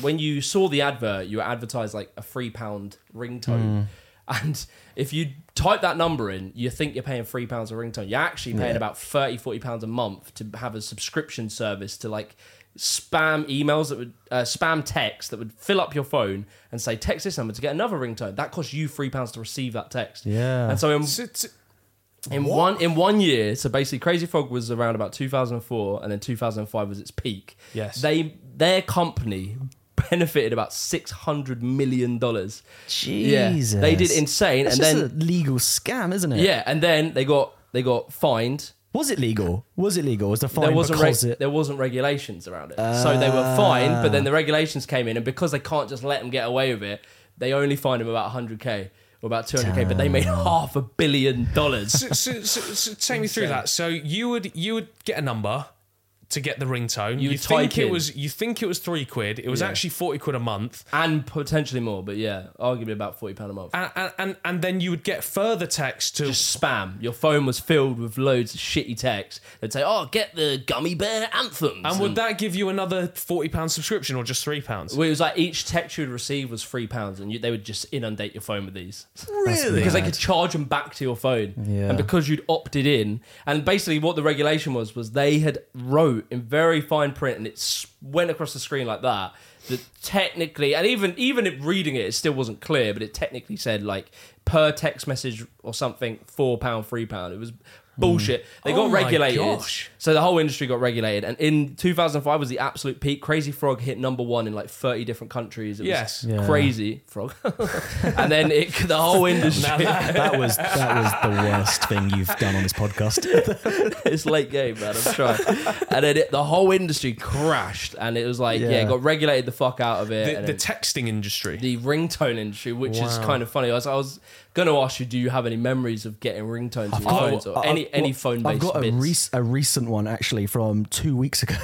A: when you saw the advert, you were advertised like a three pound ringtone. And if you type that number in, you think you're paying three pounds a ringtone. You're actually paying about 30, 40 pounds a month to have a subscription service to like spam emails that would uh, spam texts that would fill up your phone and say text this number to get another ringtone. That costs you three pounds to receive that text.
B: Yeah.
A: And so in
C: It's- it's-
A: in one in one year, so basically, Crazy Frog was around about 2004, and then 2005 was its peak.
C: Yes.
A: they their company benefited about 600 million dollars.
B: Jesus.
A: yeah, they did insane,
B: That's
A: and
B: just
A: then
B: a legal scam, isn't it?
A: yeah, and then they got they got fined.
B: Was it legal? Was it legal? Was the fine
A: there wasn't reg-
B: because it? Ah.
A: there wasn't regulations around it, so they were fined. But then the regulations came in, and because they can't just let them get away with it, they only fined them about 100k or about 200k. But they made half a billion dollars.
C: so, so, so, so take me through
A: Insane.
C: that. So you would you would get a number to get the ringtone. You,
A: would
C: think
A: type
C: it
A: in.
C: was you think it was three quid. It was actually forty quid a month.
A: and potentially more, but yeah, arguably about forty pound a month.
C: And, and and and then you would get further text to
A: Just spam. Your phone was filled with loads of shitty texts. They'd say, "Oh, get the gummy bear anthems."
C: and would that give you another forty pound subscription or just three pounds?
A: Well, it was like each text you'd receive was three pounds, and you, they would just inundate your phone with these.
B: Really?
A: Because they could charge them back to your phone,
B: Yeah.
A: and because you'd opted in, and basically what the regulation was was they had wrote in very fine print, and it s- went across the screen like that. That technically, and even even if reading it, it still wasn't clear, but it technically said like per text message or something, four pound, three pound. It was bullshit. They
C: Oh
A: got
C: my
A: regulated.
C: gosh.
A: So the whole industry got regulated, and in 2005 was the absolute peak. Crazy Frog hit number one in like 30 different countries. It was
C: Yes.
B: Yeah.
A: crazy frog. and then it, the whole industry,
B: that was that was the worst thing you've done on this podcast.
A: it's late game, man. I'm trying. And then it, the whole industry crashed, and it was like, yeah,
B: Yeah.
A: it got regulated the fuck out of it.
C: The,
A: and
C: the
A: then-
C: texting industry.
A: the ringtone industry, which is
C: Wow.
A: kind of funny. I was, I was going to ask you, do you have any memories of getting ringtones on your phones or any any phone based
B: I've got a,
A: bits?
B: rec- a recent one actually from two weeks ago.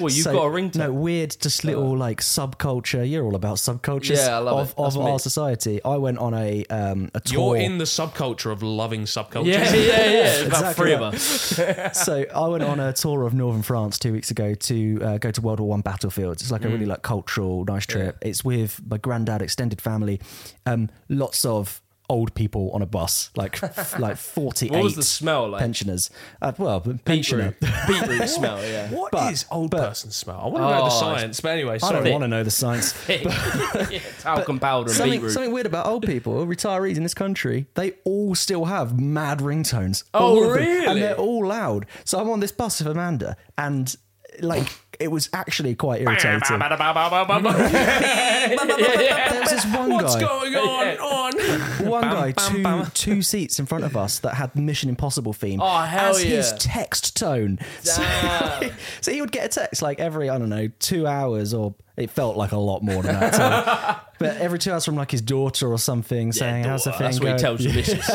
A: Well, you've got a ringtone.
B: No, weird, just little like subculture. You're all about subcultures
A: Yeah, I love
B: of,
A: it. That's
B: of
A: me.
B: our society. I went on a um, a tour.
C: You're in the subculture of loving subcultures.
A: yeah, yeah, yeah. yeah. About
B: Exactly
A: three of
B: that.
A: us.
B: so I went on a tour of northern France two weeks ago to uh, go to World War One battlefields. It's like a really
A: Mm.
B: like cultural nice trip. It's with my granddad, extended family, um, lots of old people on a bus, like like forty
A: What was the
B: eight
A: smell like?
B: pensioners. Uh, well, pensioner.
A: Beetroot, beetroot smell. Yeah.
C: What is
B: But-
C: old
B: but-
C: person smell? I want to know the
A: Oh,
C: science. But anyway,
B: I
C: sorry.
B: don't want to know the science.
A: yeah, talcum powder and
B: Something,
A: beetroot.
B: something weird about old people, retirees in this country, they all still have mad ringtones.
A: Oh,
B: All of them.
A: really?
B: And they're all loud. So I'm on this bus with Amanda, and like it was actually quite irritating. There was this one
C: What's
B: guy,
C: going on? on?
B: one guy,
C: bam,
B: two
C: bam.
B: two seats in front of us that had the Mission Impossible theme
A: Oh, hell
B: as his
A: yeah.
B: text tone. So,
A: Damn.
B: so he would get a text like every I don't know two hours, or it felt like a lot more than that. time. But every two hours from like his daughter or something saying, "How's the thing
A: That's what
B: going?"
A: he tells you. Vicious.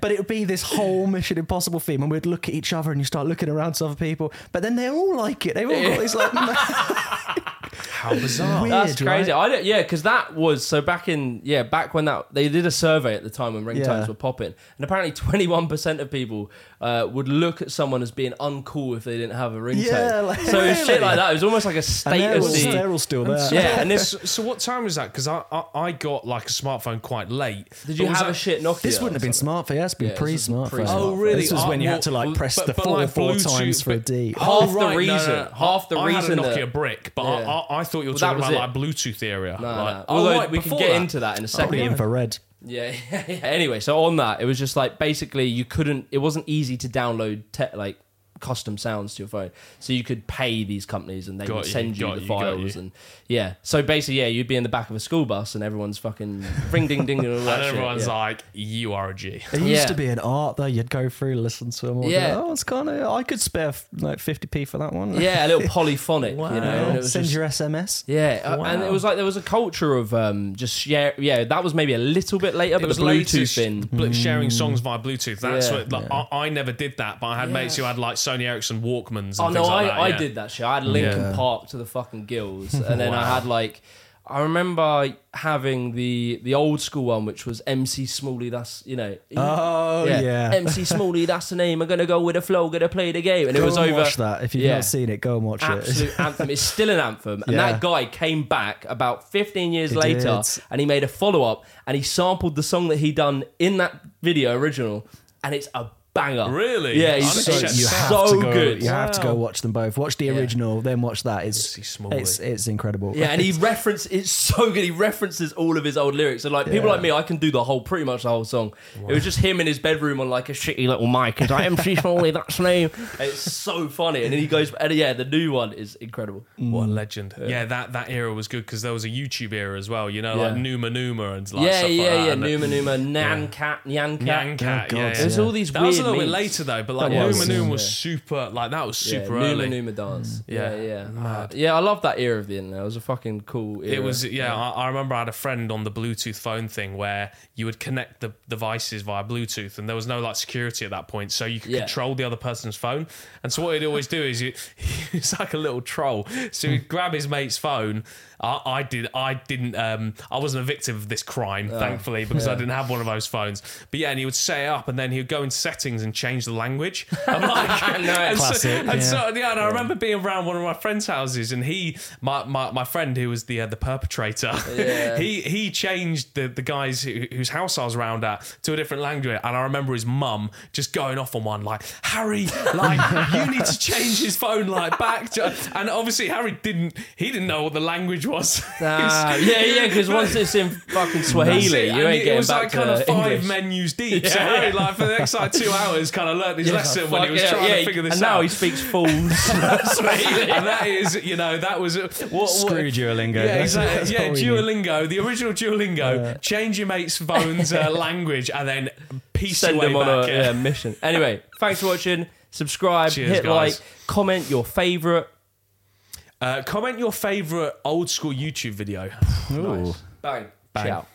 B: But it would be this whole Mission Impossible theme, and we'd look at each other, and you start looking around to other people. But then they all like it. They've all got this like
C: How bizarre.
B: weird,
A: That's crazy.
B: right?
A: I don't, yeah, because that was so back in yeah back when that they did a survey at the time when ringtones
B: Yeah.
A: were popping, and apparently twenty one percent of people uh, would look at someone as being uncool if they didn't have a ringtone.
B: Yeah, like-
A: so it was shit
B: Really?
A: like that. It was almost like a
B: And they're, all,
A: status.
B: they're all still there.
A: Yeah, and this
C: So, so what time was that? Because I, I I got like a smartphone quite late.
A: did you
C: But was
A: have
C: that-
A: a shit Nokia?
B: This wouldn't have been smart for you. It's been
A: Yeah, this was
B: pre-smartphone.
A: pre-smartphone.
C: Oh, really?
B: This was when
C: Oh,
B: you had to
C: well,
B: like press
C: but-
B: the
C: but
B: four
C: like
B: four
C: Bluetooth,
B: times for a
C: but-
B: D.
A: Half the
C: Oh, no, no,
A: reason-
C: no.
A: half the
C: I
A: reason
C: had a Nokia
A: that-
C: brick, but
A: Yeah.
C: I, I, I thought you were
A: Well, that
C: talking about
A: was
C: like Bluetooth area.
A: No, no.
C: like,
A: Although
C: oh, right,
A: we can
C: before
A: get
C: that.
A: into that in a second.
B: Probably infrared.
A: Yeah, yeah, yeah. Anyway, so on that, it was just like basically you couldn't. It wasn't easy to download te- like custom sounds to your phone, so you could pay these companies and they
C: Got
A: would
C: you,
A: send you,
C: got
A: the
C: you, got
A: files
C: you.
A: and yeah. So basically, yeah, you'd be in the back of a school bus and everyone's fucking ring ding ding and all that
C: And
A: shit.
C: everyone's
A: yeah.
C: like, "You are a G."
B: It used
A: Yeah.
B: to be an art though. You'd go through, listen to them. All
A: Yeah.
B: yeah. Oh, it's kind of. I could spare f- like fifty p for that one.
A: yeah, a little polyphonic, you know. and it was
B: Send
A: just-
B: your SMS.
A: yeah, uh, and it was like there was a culture of um, just share. Yeah, that was maybe a little bit later, but the Bluetooth thing.
C: bl- sharing songs via Bluetooth. That's
A: Yeah.
C: what like, I, I never did that, but I had mates who had like Sony Ericsson Walkmans. And
A: Oh no,
C: things
A: I,
C: like that,
A: I
C: yeah.
A: did that shit. I had Linkin
B: Yeah.
A: Park to the fucking gills, and then I had like, I remember having the the old school one, which was MC Smalley. That's you know,
B: Oh yeah.
A: MC Smalley. That's the name. I'm gonna go with the flow. Gonna play the game, and
B: Go
A: it was
B: and
A: over.
B: Watch that if you've
A: Yeah.
B: not seen it. Go and watch it.
A: Absolute anthem. It's still an anthem. And
B: Yeah.
A: that guy came back about 15 years
B: He
A: later
B: did.
A: and he made a follow up and he sampled the song that he done in that video original. And it's a banger.
C: Really?
A: Yeah,
C: I
A: he's
C: need
A: so,
C: to check
A: he's
C: that
A: so
B: to go,
A: good.
B: You have to go watch them both. Watch the original, then watch that. It's
C: See Smalley.
B: it's, it's incredible.
A: Yeah, and he references it's so good. He references all of his old lyrics. So like people like me, I can do the whole pretty much the whole song. It was just him in his bedroom on like a shitty little mic. It's like MC Smalley, that's name. It's so funny. And then he goes and yeah, the new one is incredible.
C: What a legend. Yeah, that, that era was good because there was a YouTube era as well, you know, like
A: Yeah.
C: Numa Numa and like
A: yeah,
C: stuff like
A: yeah,
C: that.
A: yeah.
C: And
A: Numa Numa, Nan Cat, Nyan Cat.
C: Nyan Cat,
B: Oh,
C: yeah,
B: God,
C: yeah.
A: There's
B: yeah.
A: all these
C: That
A: weird
C: was a little bit
A: memes.
C: later though, but like
A: That
C: Numa
A: was,
C: Numa
A: yeah.
C: was super, like that was
A: Yeah,
C: super
A: Numa
C: early. Mm,
A: Numa dance.
C: Yeah.
A: Yeah, yeah. Uh, Yeah, I love that era of the internet. It was a fucking cool era.
C: It was yeah. I, I remember I had a friend on the Bluetooth phone thing where you would connect the devices via Bluetooth, and there was no like security at that point, so you could
A: Yeah.
C: control the other person's phone. And so what he'd always do is you, he's like a little troll. So he'd grab his mate's phone. I, I did. I didn't. Um, I wasn't a victim of this crime, thankfully, because I didn't have one of those phones. But yeah, and he would set it up, and then he'd go into settings and change the language. I'm like, and So,
B: Classic,
C: and
B: yeah.
C: so yeah, and I remember being around one of my friends' houses, and he, my my, my friend who was the uh, the perpetrator,
A: Yeah.
C: he he changed the the guys who, whose house I was round at to a different language, and I remember his mum just going off on one like Harry, like you need to change his phone like back, to, and obviously Harry didn't he didn't know what the language was.
A: Ah, yeah, yeah, because once it's in fucking
C: That's
A: Swahili,
C: it.
A: you
C: And
A: ain't
C: it
A: getting
C: was
A: back
C: like
A: to
C: kind of five
A: English.
C: menus deep. So Harry, like for the next like two hours, kind of learnt his lesson when he
A: Fuck
C: was
A: yeah,
C: trying
A: yeah,
C: to figure this
A: and
C: out.
A: now he speaks full Swahili.
C: and that is, you know, that was uh, what, what
B: Screw Duolingo.
C: Yeah,
B: That's-
C: exactly.
B: that's
C: Yeah,
B: all we need.
C: Duolingo, the original Duolingo. Change your mate's phone's uh, language and then piece
A: Send
C: your way
A: him on
C: back.
A: a
C: yeah.
A: yeah, mission. Anyway, thanks for watching. Subscribe,
C: Cheers,
A: hit
C: guys.
A: like, comment your favorite.
C: Uh, comment your favorite old school YouTube video.
B: Ooh.
A: Bang.
C: Bang.
A: Ciao.